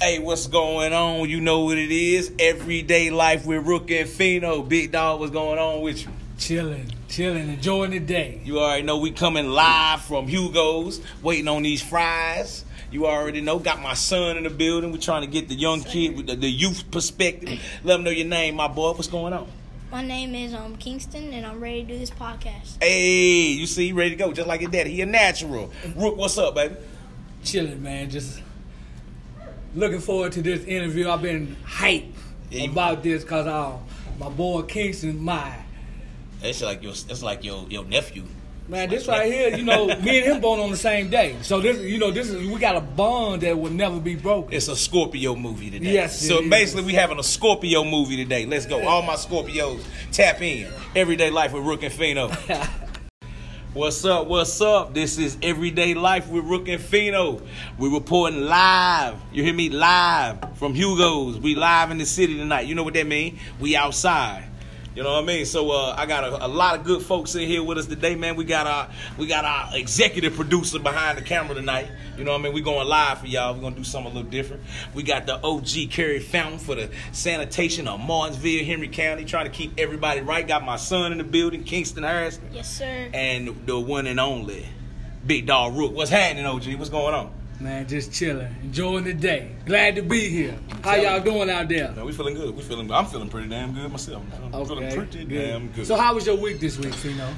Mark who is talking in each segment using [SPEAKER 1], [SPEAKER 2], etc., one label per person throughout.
[SPEAKER 1] Hey, what's going on? You know what it is. Everyday life with Rook and Fino. Big dog, what's going on with you?
[SPEAKER 2] Chilling, chilling, enjoying the day.
[SPEAKER 1] You already know we coming live from Hugo's, waiting on these fries. You already know. Got my son in the building. We're trying to get the young kid with the, the youth perspective. Let them know your name, my boy. What's going on?
[SPEAKER 3] My name is um Kingston, and I'm ready to do this podcast.
[SPEAKER 1] Hey, you see, he ready to go, just like his daddy. He a natural. Rook, what's up, baby?
[SPEAKER 2] Chilling, man. Just looking forward to this interview. I've been hype
[SPEAKER 1] Yeah, you-
[SPEAKER 2] about this because um, my boy Kingston, my
[SPEAKER 1] It's like your, it's like your, your nephew.
[SPEAKER 2] man, this right here, you know, me and him born on the same day. So this, you know, this is we got a bond that will never be broken.
[SPEAKER 1] It's a Scorpio movie today.
[SPEAKER 2] Yes, it
[SPEAKER 1] So
[SPEAKER 2] is.
[SPEAKER 1] basically, we having a Scorpio movie today. Let's go. All my Scorpios, tap in. Everyday life with Rook and Fino. What's up? What's up? This is Everyday Life with Rook and Fino. We're reporting live. You hear me? Live from Hugo's. We live in the city tonight. You know what that mean? We outside. You know what I mean? So uh, I got a, a lot of good folks in here with us today, man. We got our we got our executive producer behind the camera tonight. You know what I mean? We're going live for y'all. We're gonna do something a little different. We got the OG Kerry Fountain for the sanitation of Martinsville, Henry County, trying to keep everybody right. Got my son in the building, Kingston Harris
[SPEAKER 3] Yes, sir.
[SPEAKER 1] and the one and only Big Dog Rook. What's happening, OG? What's going on?
[SPEAKER 2] Man, just chilling, enjoying the day. Glad to be here. How y'all doing out there?
[SPEAKER 1] Man, we feeling good. We feeling. I'm feeling pretty damn good myself. I'm feeling pretty damn good.
[SPEAKER 2] So how was your week this week, Fino?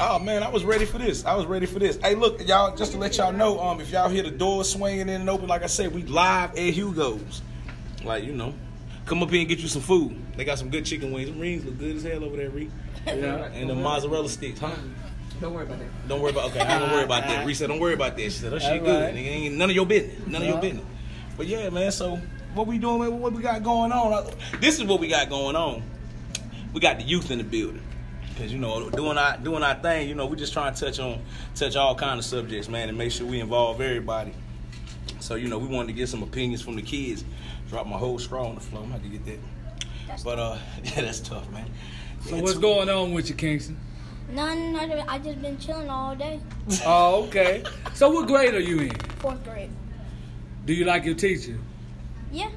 [SPEAKER 1] oh man, I was ready for this. I was ready for this. Hey, look, y'all. Just to let y'all know, um, if y'all hear the door swinging in and open, like I said, we live at Hugo's. Like you know, come up here and get you some food. They got some good chicken wings. Them rings look good as hell over there, Reek.
[SPEAKER 2] Yeah.
[SPEAKER 1] And the mozzarella sticks, huh?
[SPEAKER 4] Don't worry about that.
[SPEAKER 1] Don't worry about okay. I don't worry about that. Reese said, don't worry about that. She said, that shit
[SPEAKER 2] All
[SPEAKER 1] good.
[SPEAKER 2] right.
[SPEAKER 1] Nigga, ain't none of your business. None of your
[SPEAKER 2] Yeah.
[SPEAKER 1] business. But yeah, man. So what we doing? Man? What we got going on? I- This is what we got going on. We got the youth in the building. Cause you know, doing our doing our thing. You know, we just trying to touch on touch all kind of subjects, man, and make sure we involve everybody. So you know, we wanted to get some opinions from the kids. Drop my whole straw on the floor. I'm gonna have to get that. But uh, yeah, that's tough, man.
[SPEAKER 2] So
[SPEAKER 1] Yeah,
[SPEAKER 2] what's
[SPEAKER 1] two-
[SPEAKER 2] going on with you, Kingston?
[SPEAKER 3] None. I ju- I just been chilling all day.
[SPEAKER 2] Oh, okay. So what grade are you in?
[SPEAKER 3] Fourth grade.
[SPEAKER 2] Do you like your teacher?
[SPEAKER 3] Yeah,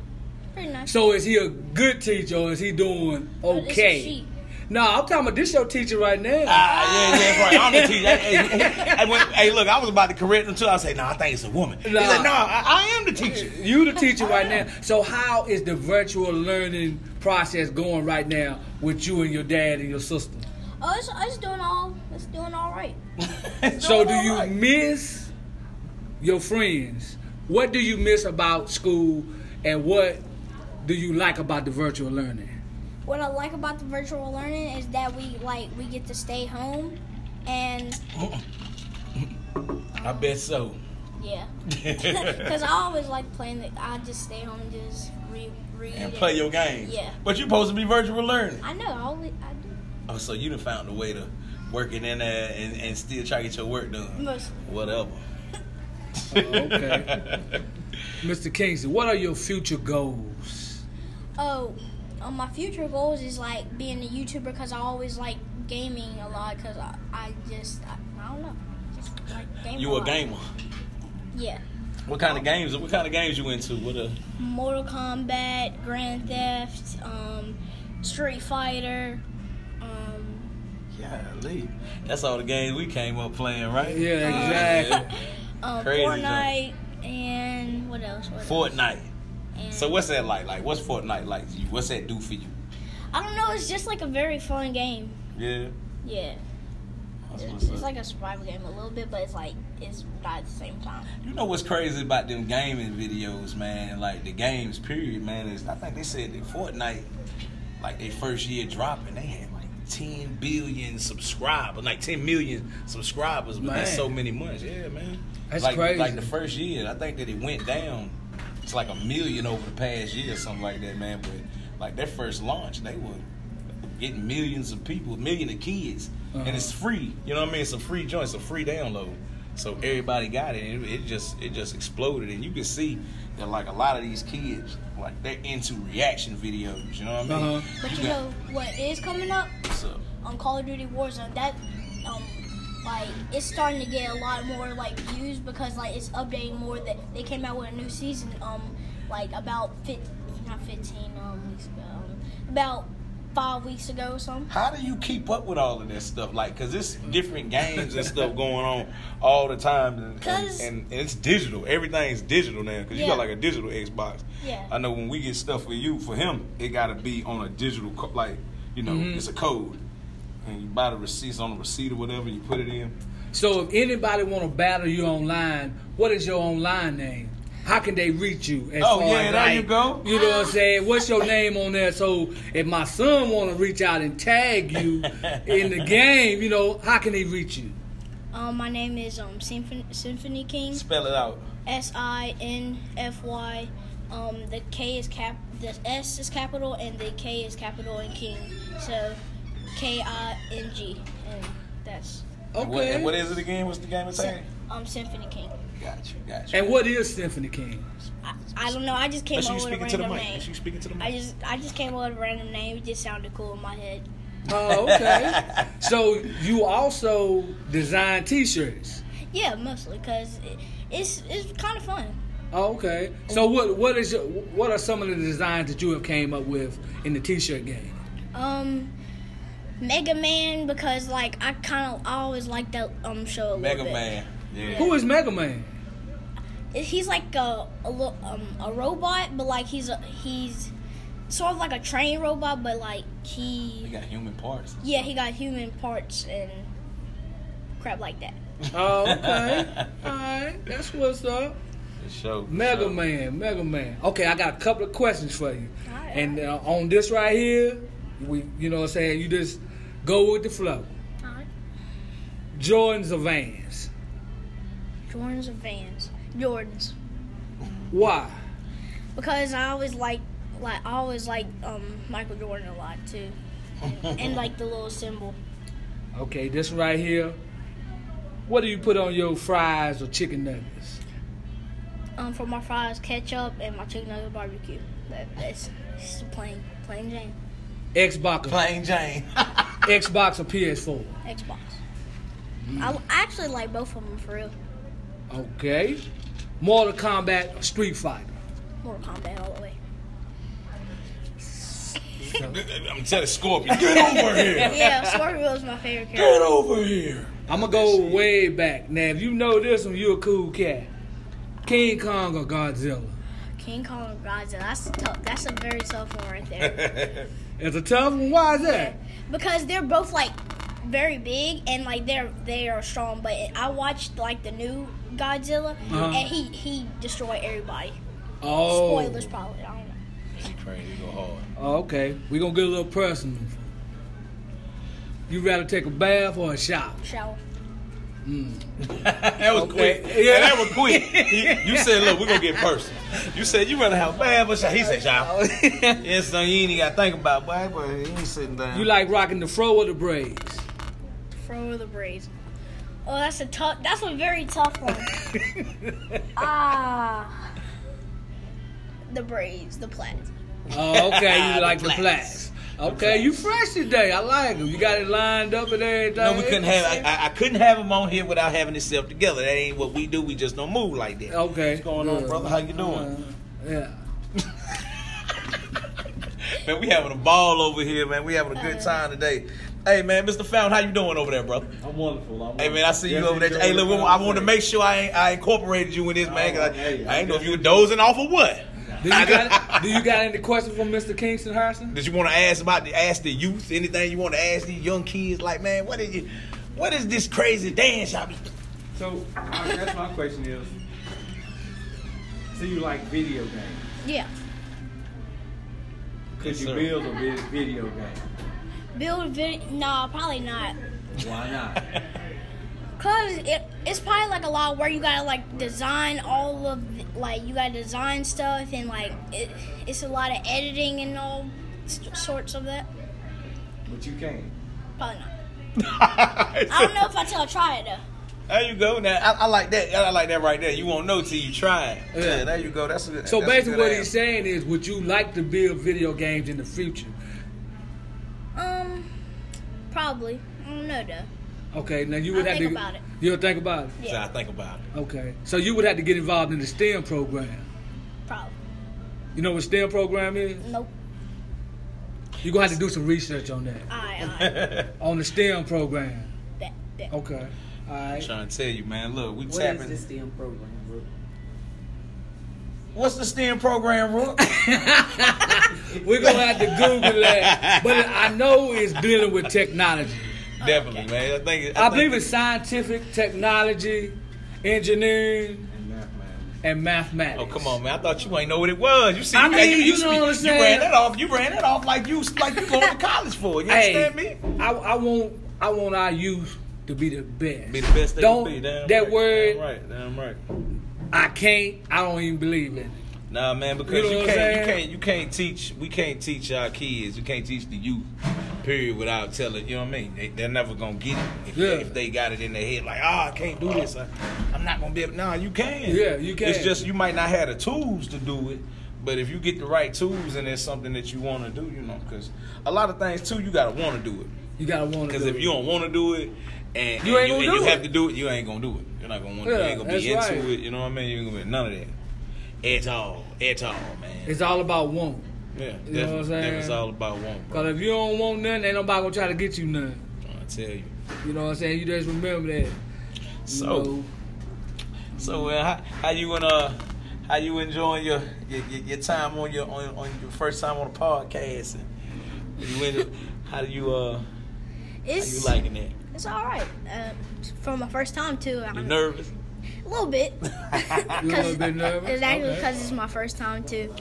[SPEAKER 3] pretty nice.
[SPEAKER 2] So is he a good teacher or is he doing
[SPEAKER 3] But it's a
[SPEAKER 2] okay?
[SPEAKER 3] she.
[SPEAKER 2] No, I'm talking about this your teacher right now.
[SPEAKER 1] Ah, yeah, yeah, right. I'm the teacher. Hey, hey, hey, when- hey, look, I was about to correct him too. I said, "No, I think it's a woman." He
[SPEAKER 2] Nah.
[SPEAKER 1] said, "No, I, I am the teacher."
[SPEAKER 2] you the teacher right now. So how is the virtual learning process going right now with you and your dad and your sister?
[SPEAKER 3] Oh, it's, it's doing all. It's doing all right.
[SPEAKER 2] So do you miss your friends? What do you miss about school and what do you like about the virtual learning?
[SPEAKER 3] What I like about the virtual learning is that we like we get to stay home, and
[SPEAKER 1] I bet so.
[SPEAKER 3] yeah, because I always like playing. The, I just stay home and just read, read
[SPEAKER 1] and play your games.
[SPEAKER 3] Yeah.
[SPEAKER 1] But you're supposed to be virtual learning.
[SPEAKER 3] I know. I always I do
[SPEAKER 1] Oh, so you done found a way to work it in there and, and still try to get your work done.
[SPEAKER 3] mostly.
[SPEAKER 1] Whatever.
[SPEAKER 2] okay. Mr. Kingston, what are your future goals?
[SPEAKER 3] Oh, um, my future goals is like being a YouTuber because I always like gaming a lot because I, I just I, I don't know. Just like gaming
[SPEAKER 1] you a
[SPEAKER 3] lot.
[SPEAKER 1] gamer.
[SPEAKER 3] Yeah.
[SPEAKER 1] What kind of games? What kind of games you into? What uh, a
[SPEAKER 3] Mortal Kombat, Grand Theft, um, Street Fighter. Um,
[SPEAKER 1] yeah, That's all the games we came up playing, right?
[SPEAKER 2] Yeah, exactly.
[SPEAKER 3] um,
[SPEAKER 1] Crazy, though.
[SPEAKER 3] Fortnite and what else? What Else?
[SPEAKER 1] Fortnite.
[SPEAKER 3] And-
[SPEAKER 1] So what's that like? Like, what's Fortnite like? to you? What's that do for you?
[SPEAKER 3] I don't know. It's just like a very fun game.
[SPEAKER 1] Yeah.
[SPEAKER 3] Yeah.
[SPEAKER 1] That's
[SPEAKER 3] It's,
[SPEAKER 1] what's
[SPEAKER 3] it's
[SPEAKER 1] up.
[SPEAKER 3] like a survival game a little bit, but it's like it's not at the same time.
[SPEAKER 1] You know what's crazy about them gaming videos, man? Like the games, period, man. Is I think they said that Fortnite, like their first year dropping, they had like 10 billion subscribers, like 10 million subscribers within
[SPEAKER 2] Man.
[SPEAKER 1] so many months. Yeah, man.
[SPEAKER 2] That's
[SPEAKER 1] like,
[SPEAKER 2] crazy.
[SPEAKER 1] Like the first year, I think that it went down. It's like a million over the past year, or something like that, man. But like their first launch, they were getting millions of people, million of kids, and it's free. You know what I mean? It's a free joint. It's a free download. So everybody got it, and it, it just it just exploded. And you can see that like a lot of these kids, like they're into reaction videos. You know what I mean?
[SPEAKER 2] Uh-huh.
[SPEAKER 3] But
[SPEAKER 1] got-
[SPEAKER 3] you know what is coming up?
[SPEAKER 1] what's up?
[SPEAKER 3] on Call of Duty Warzone, that um like it's starting to get a lot more like views because like it's updating more. That they came out with a new season um like about fif- not fifteen um, weeks ago, um, about five weeks ago or something.
[SPEAKER 1] How do you keep up with all of that stuff? Like, cause it's different games and stuff going on all the time, and,
[SPEAKER 3] 'Cause-
[SPEAKER 1] and, and it's digital. Everything's digital now, cause you
[SPEAKER 3] Yeah.
[SPEAKER 1] got like a digital Xbox.
[SPEAKER 3] Yeah.
[SPEAKER 1] I know when we get stuff for you, for him, it gotta be on a digital, co- like you know, it's a code, and you buy the receipts on the receipt or whatever, you put it in.
[SPEAKER 2] So if anybody want to battle you online, what is your online name? How can they reach you? As
[SPEAKER 1] Oh,
[SPEAKER 2] far
[SPEAKER 1] yeah,
[SPEAKER 2] as,
[SPEAKER 1] there
[SPEAKER 2] like,
[SPEAKER 1] you go.
[SPEAKER 2] You know what I'm saying? What's your name on there? So if my son want to reach out and tag you in the game, you know, how can he reach you?
[SPEAKER 3] Um, my name is um Symphony, Symphony King.
[SPEAKER 1] Spell it out.
[SPEAKER 3] S I N F Y. Um, the K is cap. The S is capital and the K is capital and King. So K I N G and that's
[SPEAKER 2] Okay.
[SPEAKER 1] And what- and what is it again? What's the game it's saying?
[SPEAKER 3] um Symphony King.
[SPEAKER 1] Got you, got you.
[SPEAKER 2] And what is Symphony King?
[SPEAKER 3] I, I don't know. I just came
[SPEAKER 1] Make
[SPEAKER 3] up
[SPEAKER 1] sure you
[SPEAKER 3] with
[SPEAKER 1] speak
[SPEAKER 3] a random
[SPEAKER 1] it to the mic.
[SPEAKER 3] name.
[SPEAKER 1] Make sure you speak it to the
[SPEAKER 3] I
[SPEAKER 1] mic.
[SPEAKER 3] just I just came up with a random name. It just sounded cool in my head.
[SPEAKER 2] Oh, okay. so you also design T-shirts.
[SPEAKER 3] Yeah, mostly because it, it's it's kind of fun.
[SPEAKER 2] Oh, okay. So what what is your, what are some of the designs that you have came up with in the T-shirt game?
[SPEAKER 3] Um, Mega Man because like I kind of always like that um show a
[SPEAKER 1] Mega
[SPEAKER 3] little bit.
[SPEAKER 1] Man. Yeah.
[SPEAKER 2] Who is Mega Man?
[SPEAKER 3] he's like a a, lo- um, a robot, but like he's a, he's sort of like a train robot, but like
[SPEAKER 1] You
[SPEAKER 3] he
[SPEAKER 1] got human parts.
[SPEAKER 3] yeah he got human parts and crap like that.
[SPEAKER 2] Oh, okay. All right, that's what's up.
[SPEAKER 1] The show.
[SPEAKER 2] Mega
[SPEAKER 1] show.
[SPEAKER 2] Man, Mega Man. Okay, I got a couple of questions for you.
[SPEAKER 3] Alright.
[SPEAKER 2] And uh, on this right here, we, you know what I'm saying, you just go with the flow. Jordans or Vans?
[SPEAKER 3] Jordans or Vans? Jordans
[SPEAKER 2] Why?
[SPEAKER 3] because I always like like I always like um Michael Jordan a lot too, and like the little symbol.
[SPEAKER 2] Okay, this right here. What do you put on your fries or chicken nuggets?
[SPEAKER 3] Um, for my fries, ketchup, and my chicken nugget barbecue. That, that's it's plain, plain Jane.
[SPEAKER 2] Xbox,
[SPEAKER 1] Plain Jane.
[SPEAKER 2] Xbox or PS4?
[SPEAKER 3] Xbox. I, I actually like both of them for real.
[SPEAKER 2] Okay. Mortal Kombat or Street Fighter?
[SPEAKER 3] Mortal Kombat all the way.
[SPEAKER 1] I'm telling Scorpion, get over here.
[SPEAKER 3] Yeah, Scorpio is my favorite
[SPEAKER 1] Get
[SPEAKER 3] character.
[SPEAKER 1] over here.
[SPEAKER 2] I'ma go way back. Now, if you know this one, you a cool cat. King Kong or Godzilla?
[SPEAKER 3] King Kong and Godzilla. That's a tough. That's a very tough one right there.
[SPEAKER 2] It's a tough one. Why is that?
[SPEAKER 3] because they're both like very big and like they're they are strong. But I watched like the new Godzilla
[SPEAKER 2] Uh-huh.
[SPEAKER 3] and he he destroyed everybody.
[SPEAKER 2] Oh.
[SPEAKER 3] Spoilers probably. I don't know.
[SPEAKER 1] She crazy, go hard.
[SPEAKER 2] Oh, okay. We're gonna get a little personal. You rather take a bath or a shower?
[SPEAKER 3] Shower.
[SPEAKER 1] That was
[SPEAKER 2] Okay.
[SPEAKER 1] quick. Yeah, that was quick. You, you said, look, we're gonna get personal. You said you rather have bad but shot. He said shot.
[SPEAKER 2] you
[SPEAKER 1] Yes, son, you ain't even gotta think about boy, but he ain't sitting down.
[SPEAKER 2] like rocking the fro or the braids?
[SPEAKER 3] Throw the braids. Oh, that's a tough. That's a very tough one. ah. The braids, the plaids.
[SPEAKER 2] Oh, okay. You like the plaits. Okay, you fresh today. I like them. You got it lined up and everything.
[SPEAKER 1] no, we couldn't have. I, I, I couldn't have him on here without having himself together. That ain't what we do. We just don't move like that.
[SPEAKER 2] Okay.
[SPEAKER 1] What's going on,
[SPEAKER 2] good.
[SPEAKER 1] brother? How you doing?
[SPEAKER 2] Yeah.
[SPEAKER 1] Man, we having a ball over here, man. We having a good time today. Hey, man, Mr. Fountain, how you doing over there, brother?
[SPEAKER 4] I'm wonderful. I'm
[SPEAKER 1] Hey man, I see you
[SPEAKER 4] Yes,
[SPEAKER 1] over there.
[SPEAKER 4] enjoy
[SPEAKER 1] Hey,
[SPEAKER 4] the
[SPEAKER 1] look, I wanted to
[SPEAKER 4] conversation.
[SPEAKER 1] make sure I ain't, I incorporated you in this, man. 'cause I,
[SPEAKER 4] Oh, hey,
[SPEAKER 1] I ain't know if you were
[SPEAKER 4] definitely-
[SPEAKER 1] dozing off or what.
[SPEAKER 2] Do you got Do you got any questions for Mr. Kingston Harrison?
[SPEAKER 1] Did you want to ask about the ask the youth anything you want to ask these young kids? Like, man, what is you? What is this crazy dance? I be
[SPEAKER 4] So I guess my question is: So you like video games?
[SPEAKER 3] Yeah.
[SPEAKER 4] Could
[SPEAKER 1] Yes,
[SPEAKER 4] you
[SPEAKER 1] sir.
[SPEAKER 4] build a vi- video game?
[SPEAKER 3] Build video? No, probably not.
[SPEAKER 4] Why not?
[SPEAKER 3] Cause it, it's probably like a lot where you gotta like design all of the, like you gotta design stuff and like it, it's a lot of editing and all s- sorts of that.
[SPEAKER 4] But you can't.
[SPEAKER 3] Probably not. I don't know if I till I try it though.
[SPEAKER 1] There you go. Now I, I like that. I like that right there. You won't know till you try it.
[SPEAKER 2] Yeah.
[SPEAKER 1] Yeah. there you go. That's a,
[SPEAKER 2] So
[SPEAKER 1] that's a
[SPEAKER 2] basically,
[SPEAKER 1] good
[SPEAKER 2] what
[SPEAKER 1] answer.
[SPEAKER 2] he's saying is, would you like to build video games in the future?
[SPEAKER 3] Um, probably. I don't know though.
[SPEAKER 2] Okay, now you would
[SPEAKER 3] I'll
[SPEAKER 2] have
[SPEAKER 3] think
[SPEAKER 2] to.
[SPEAKER 3] about it.
[SPEAKER 2] You'll think about it.
[SPEAKER 1] So I
[SPEAKER 3] Yeah,
[SPEAKER 1] think about it.
[SPEAKER 2] Okay, so you would have to get involved in the STEM program.
[SPEAKER 3] probably.
[SPEAKER 2] You know what STEM program is?
[SPEAKER 3] Nope.
[SPEAKER 2] You're gonna have to do some research on that.
[SPEAKER 3] Alright, alright.
[SPEAKER 2] On the STEM program.
[SPEAKER 3] bet, bet.
[SPEAKER 2] Okay. All right.
[SPEAKER 1] trying to tell you, man. Look, we
[SPEAKER 5] What
[SPEAKER 1] tapping.
[SPEAKER 5] is this STEM program, bro?
[SPEAKER 1] What's the STEM program, Rook?
[SPEAKER 2] We're gonna have to Google that, but I know it's dealing with technology.
[SPEAKER 1] Definitely, man. I think. it-
[SPEAKER 2] I,
[SPEAKER 1] think
[SPEAKER 2] believe
[SPEAKER 1] it-
[SPEAKER 2] it's scientific, technology, engineering,
[SPEAKER 4] And math, man.
[SPEAKER 2] and mathematics.
[SPEAKER 1] Oh come on, man! I thought you ain't know what it was. You see,
[SPEAKER 2] I mean,
[SPEAKER 1] hey,
[SPEAKER 2] you know what I'm
[SPEAKER 1] You ran
[SPEAKER 2] saying?
[SPEAKER 1] that off. You ran that off like you like you going to college for. it. You
[SPEAKER 2] Hey,
[SPEAKER 1] understand me?
[SPEAKER 2] I, I want I want our youth to be the best.
[SPEAKER 1] Be the best they
[SPEAKER 2] don't,
[SPEAKER 1] can be. Damn
[SPEAKER 2] that
[SPEAKER 1] right.
[SPEAKER 2] word
[SPEAKER 1] Damn right. Damn right.
[SPEAKER 2] I can't. I don't even believe in it.
[SPEAKER 1] Nah, man, because
[SPEAKER 2] You
[SPEAKER 1] you,
[SPEAKER 2] know what I'm
[SPEAKER 1] can't, you
[SPEAKER 2] saying?
[SPEAKER 1] can't, you can't teach. We can't teach our kids. We can't teach the youth. Period. Without telling, you know what I mean? They, they're never gonna get it if,
[SPEAKER 2] Yeah.
[SPEAKER 1] if they got it in their head. Like, ah, I can't do this. I, I'm not gonna be able. Nah, you can.
[SPEAKER 2] Yeah, you can.
[SPEAKER 1] It's just you might not have the tools to do it. But if you get the right tools and it's something that you want to do, you know, because a lot of things too, you gotta want to do it.
[SPEAKER 2] You gotta want to.
[SPEAKER 1] Because if you don't want to do it, and
[SPEAKER 2] You
[SPEAKER 1] and
[SPEAKER 2] ain't gonna
[SPEAKER 1] and
[SPEAKER 2] do
[SPEAKER 1] you have
[SPEAKER 2] it.
[SPEAKER 1] to do it, you ain't gonna do it. You're not gonna want. to. you
[SPEAKER 2] Yeah,
[SPEAKER 1] ain't gonna be into
[SPEAKER 2] that's right.
[SPEAKER 1] it. You know what I mean? You ain't gonna be none of that. At all, at all, man.
[SPEAKER 2] it's all about want.
[SPEAKER 1] yeah,
[SPEAKER 2] you know what I'm saying?
[SPEAKER 1] It's all about one, bro.
[SPEAKER 2] Cause if you don't want nothing, ain't nobody gonna try to get you nothing.
[SPEAKER 1] I tell you.
[SPEAKER 2] You know what I'm saying? You just remember that. You
[SPEAKER 1] So-
[SPEAKER 2] know.
[SPEAKER 1] So, uh, how, how you and uh, how you enjoying your your, your, your time on your on, on your first time on a podcast? And you in, how do you uh, how you
[SPEAKER 3] It's
[SPEAKER 1] liking it?
[SPEAKER 3] it's alright. Uh, for my first time too.
[SPEAKER 1] You
[SPEAKER 3] I'm
[SPEAKER 1] nervous?
[SPEAKER 3] a little bit.
[SPEAKER 2] a little bit nervous?
[SPEAKER 3] It's actually
[SPEAKER 2] Okay.
[SPEAKER 3] because it's my first time too.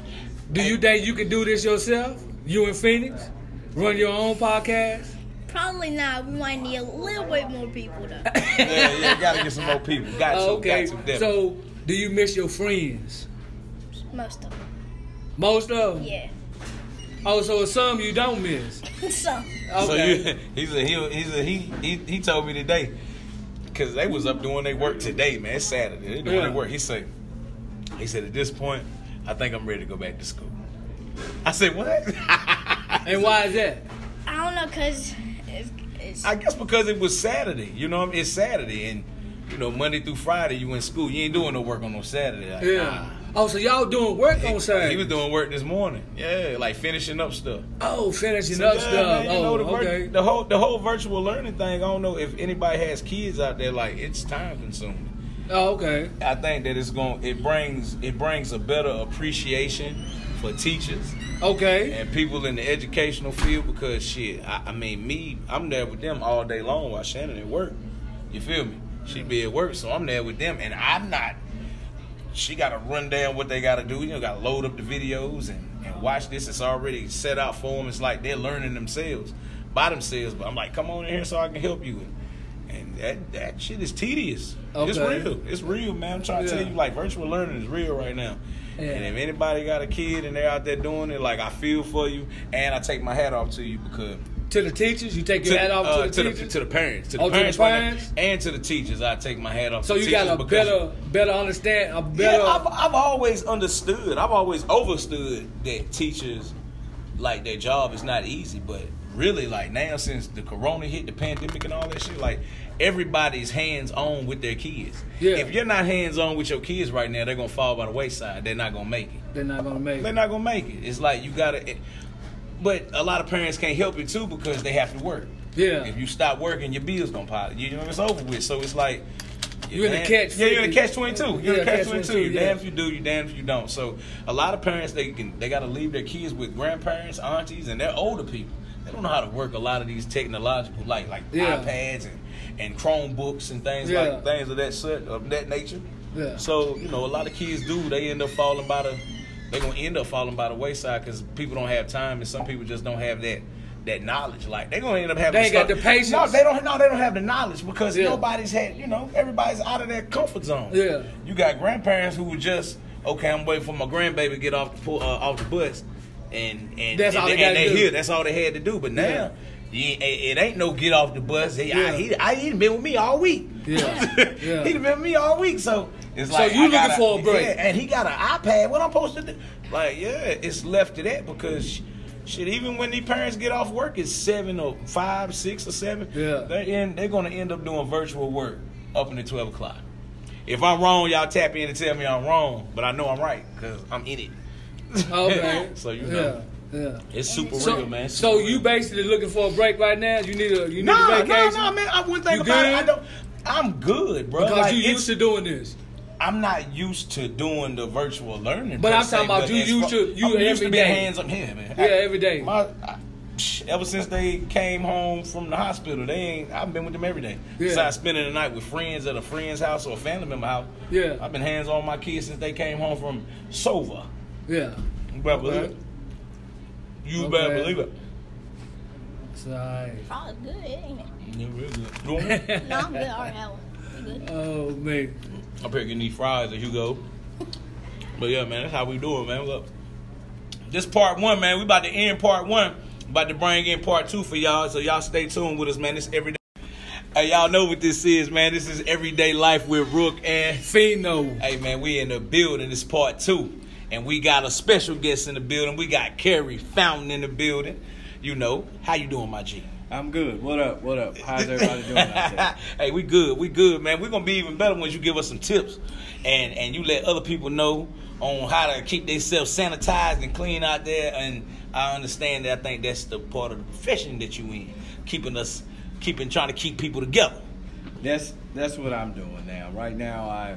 [SPEAKER 2] Do you think you can do this yourself? You and Phoenix? Run your own podcast?
[SPEAKER 3] Probably not. We might need a little bit more people though.
[SPEAKER 1] yeah, yeah. Gotta get some more people. Got to,
[SPEAKER 2] okay.
[SPEAKER 1] got to. definitely.
[SPEAKER 2] So, do you miss your friends?
[SPEAKER 3] Most of them.
[SPEAKER 2] Most of them?
[SPEAKER 3] Yeah.
[SPEAKER 2] Oh, so it's some you don't miss.
[SPEAKER 3] so
[SPEAKER 2] Okay.
[SPEAKER 1] So you, he said he he said he he he told me today because they was up doing their work today, man. It's Saturday. They doing
[SPEAKER 2] Yeah.
[SPEAKER 1] their work. He said he said at this point, I think I'm ready to go back to school. I said what?
[SPEAKER 2] and why is that?
[SPEAKER 3] I don't know because it's, it's
[SPEAKER 1] I guess because it was Saturday. You know, what I mean? it's Saturday, and you know Monday through Friday you in school. You ain't doing no work on no Saturday. Like,
[SPEAKER 2] Yeah. Oh, so y'all doing work on
[SPEAKER 1] He was
[SPEAKER 2] Saturday?
[SPEAKER 1] doing work this morning. Yeah, like finishing up stuff.
[SPEAKER 2] Oh, finishing
[SPEAKER 1] So,
[SPEAKER 2] up
[SPEAKER 1] yeah,
[SPEAKER 2] stuff.
[SPEAKER 1] man, you know,
[SPEAKER 2] Oh,
[SPEAKER 1] the, vir-
[SPEAKER 2] okay.
[SPEAKER 1] the whole the whole virtual learning thing. I don't know if anybody has kids out there. Like it's time consuming.
[SPEAKER 2] Oh, okay.
[SPEAKER 1] I think that it's going it brings it brings a better appreciation for teachers
[SPEAKER 2] Okay.
[SPEAKER 1] and people in the educational field because shit, I, I mean me, I'm there with them all day long while Shannon at work. You feel me? She be at work, so I'm there with them and I'm not she gotta run down what they gotta do, you know, gotta load up the videos and, and watch this. It's already set out for them. It's like they're learning themselves by themselves. But I'm like, come on in here so I can help you and that, that shit is tedious. It's
[SPEAKER 2] Okay.
[SPEAKER 1] real. It's real, man. I'm trying to tell
[SPEAKER 2] Yeah.
[SPEAKER 1] you, like, virtual learning is real right now.
[SPEAKER 2] Yeah.
[SPEAKER 1] And if anybody got a kid and they're out there doing it, like, I feel for you, and I take my hat off to you because
[SPEAKER 2] To the teachers, you take your hat off
[SPEAKER 1] uh,
[SPEAKER 2] to the
[SPEAKER 1] to,
[SPEAKER 2] teachers.
[SPEAKER 1] to the parents, to the
[SPEAKER 2] Oh, to the
[SPEAKER 1] parents, right now,
[SPEAKER 2] parents?
[SPEAKER 1] and to the teachers, I take my hat off.
[SPEAKER 2] so
[SPEAKER 1] to
[SPEAKER 2] you
[SPEAKER 1] teachers
[SPEAKER 2] got a
[SPEAKER 1] because-
[SPEAKER 2] better, better understand, a better.
[SPEAKER 1] yeah, I've, I've always understood. I've always overstood that teachers, like their job is not easy. But really, like now since the corona hit, the pandemic and all that shit, like everybody's hands on with their kids.
[SPEAKER 2] Yeah.
[SPEAKER 1] If you're not hands on with your kids right now, they're gonna fall by the wayside. They're not gonna make it.
[SPEAKER 2] they're not gonna make.
[SPEAKER 1] They're
[SPEAKER 2] It.
[SPEAKER 1] not gonna make it. It's like you gotta. It, but a lot of parents can't help it too because they have to work.
[SPEAKER 2] Yeah.
[SPEAKER 1] If you stop working, your bills gonna pile. You know it's over with. So it's like
[SPEAKER 2] You in a
[SPEAKER 1] damn-
[SPEAKER 2] catch
[SPEAKER 1] Yeah, you're in a
[SPEAKER 2] 50.
[SPEAKER 1] catch twenty two. You're
[SPEAKER 2] Yeah,
[SPEAKER 1] in a catch
[SPEAKER 2] catch
[SPEAKER 1] twenty two.
[SPEAKER 2] 22,
[SPEAKER 1] You
[SPEAKER 2] yeah.
[SPEAKER 1] damn if you do, you damn if you don't. So a lot of parents they can they gotta leave their kids with grandparents, aunties, and they're older people. They don't know how to work a lot of these technological like like
[SPEAKER 2] Yeah.
[SPEAKER 1] iPads and, and Chromebooks and things
[SPEAKER 2] Yeah.
[SPEAKER 1] like things of that sort of that nature.
[SPEAKER 2] Yeah.
[SPEAKER 1] So you know, a lot of kids do. They end up falling by the. They gonna end up falling by the wayside because people don't have time, and some people just don't have that that knowledge. Like they gonna end up having.
[SPEAKER 2] They
[SPEAKER 1] to
[SPEAKER 2] ain't
[SPEAKER 1] start-
[SPEAKER 2] got the patience.
[SPEAKER 1] No, they don't. No, they don't have the knowledge because
[SPEAKER 2] Yeah.
[SPEAKER 1] nobody's had. You know, everybody's out of their comfort zone.
[SPEAKER 2] Yeah.
[SPEAKER 1] You got grandparents who were just okay. I'm waiting for my grandbaby to get off the pool, uh, off the bus, and and
[SPEAKER 2] That's
[SPEAKER 1] and,
[SPEAKER 2] all they
[SPEAKER 1] and
[SPEAKER 2] gotta do.
[SPEAKER 1] here. That's all they had to do. But now.
[SPEAKER 2] Yeah.
[SPEAKER 1] yeah, it it ain't no get off the bus. He,
[SPEAKER 2] Yeah.
[SPEAKER 1] I, he, I, he done been with me all week.
[SPEAKER 2] Yeah. Yeah.
[SPEAKER 1] he done been with me all week. So it's
[SPEAKER 2] So
[SPEAKER 1] like
[SPEAKER 2] you
[SPEAKER 1] I
[SPEAKER 2] looking
[SPEAKER 1] gotta-
[SPEAKER 2] for a break.
[SPEAKER 1] yeah, and he got an iPad. What I'm supposed to do? Like, yeah, it's left to that because sh- shit. Even when the parents get off work, it's seven or five, six or seven.
[SPEAKER 2] Yeah.
[SPEAKER 1] they end, they're gonna end up doing virtual work up until twelve o'clock. If I'm wrong, y'all tap in and tell me I'm wrong, but I know I'm right because I'm in it.
[SPEAKER 2] Okay.
[SPEAKER 1] So, you know.
[SPEAKER 2] Yeah. Yeah.
[SPEAKER 1] It's super
[SPEAKER 2] So,
[SPEAKER 1] real, man.
[SPEAKER 2] so you basically looking for a break right now? You need a you need
[SPEAKER 1] Nah,
[SPEAKER 2] a
[SPEAKER 1] nah,
[SPEAKER 2] vacation?
[SPEAKER 1] nah, man. I wouldn't think
[SPEAKER 2] You
[SPEAKER 1] about it. I
[SPEAKER 2] good?
[SPEAKER 1] don't. I'm good, bro.
[SPEAKER 2] Because
[SPEAKER 1] Like,
[SPEAKER 2] you
[SPEAKER 1] it's-
[SPEAKER 2] used to doing this.
[SPEAKER 1] I'm not used to doing the virtual learning.
[SPEAKER 2] But
[SPEAKER 1] per
[SPEAKER 2] I'm
[SPEAKER 1] se,
[SPEAKER 2] talking about
[SPEAKER 1] but
[SPEAKER 2] you
[SPEAKER 1] as
[SPEAKER 2] used
[SPEAKER 1] far-
[SPEAKER 2] to- you
[SPEAKER 1] I'm used to
[SPEAKER 2] every
[SPEAKER 1] being
[SPEAKER 2] day.
[SPEAKER 1] hands up here, man.
[SPEAKER 2] Yeah,
[SPEAKER 1] I-
[SPEAKER 2] every day.
[SPEAKER 1] My, I, psh, ever since they came home from the hospital, they ain't. I've been with them every day.
[SPEAKER 2] Yeah.
[SPEAKER 1] Besides spending the night with friends at a friend's house or a family member house.
[SPEAKER 2] Yeah.
[SPEAKER 1] I've been hands on my kids since they came home from Sova.
[SPEAKER 2] Yeah.
[SPEAKER 1] You better believe
[SPEAKER 2] Okay.
[SPEAKER 1] it. You better
[SPEAKER 2] Okay.
[SPEAKER 1] believe it.
[SPEAKER 2] It's alright.
[SPEAKER 3] Probably good, ain't it?
[SPEAKER 1] You real good. You want me?
[SPEAKER 3] No, I'm good. All right, that one. You good?
[SPEAKER 2] Oh man.
[SPEAKER 1] I'm here getting these fries at Hugo. But yeah, man, that's how we do it, man. Look, this part one, man. We about to end part one. About to bring in part two for y'all. So y'all stay tuned with us, man. This everyday. Hey, y'all know what this is, man. This is everyday life with Rook and.
[SPEAKER 2] Fino.
[SPEAKER 1] Hey, man, we in the building. It's part two, and we got a special guest in the building. We got Carrie Fountain in the building. You know how you doing, my G?
[SPEAKER 4] I'm good. What up? What up? How's everybody doing out there?
[SPEAKER 1] hey, we good. We good, man. We're gonna be even better once you give us some tips, and and you let other people know on how to keep themselves sanitized and clean out there. And I understand that. I think that's the part of the profession that you in, keeping us, keeping trying to keep people together.
[SPEAKER 4] That's that's what I'm doing now. Right now, I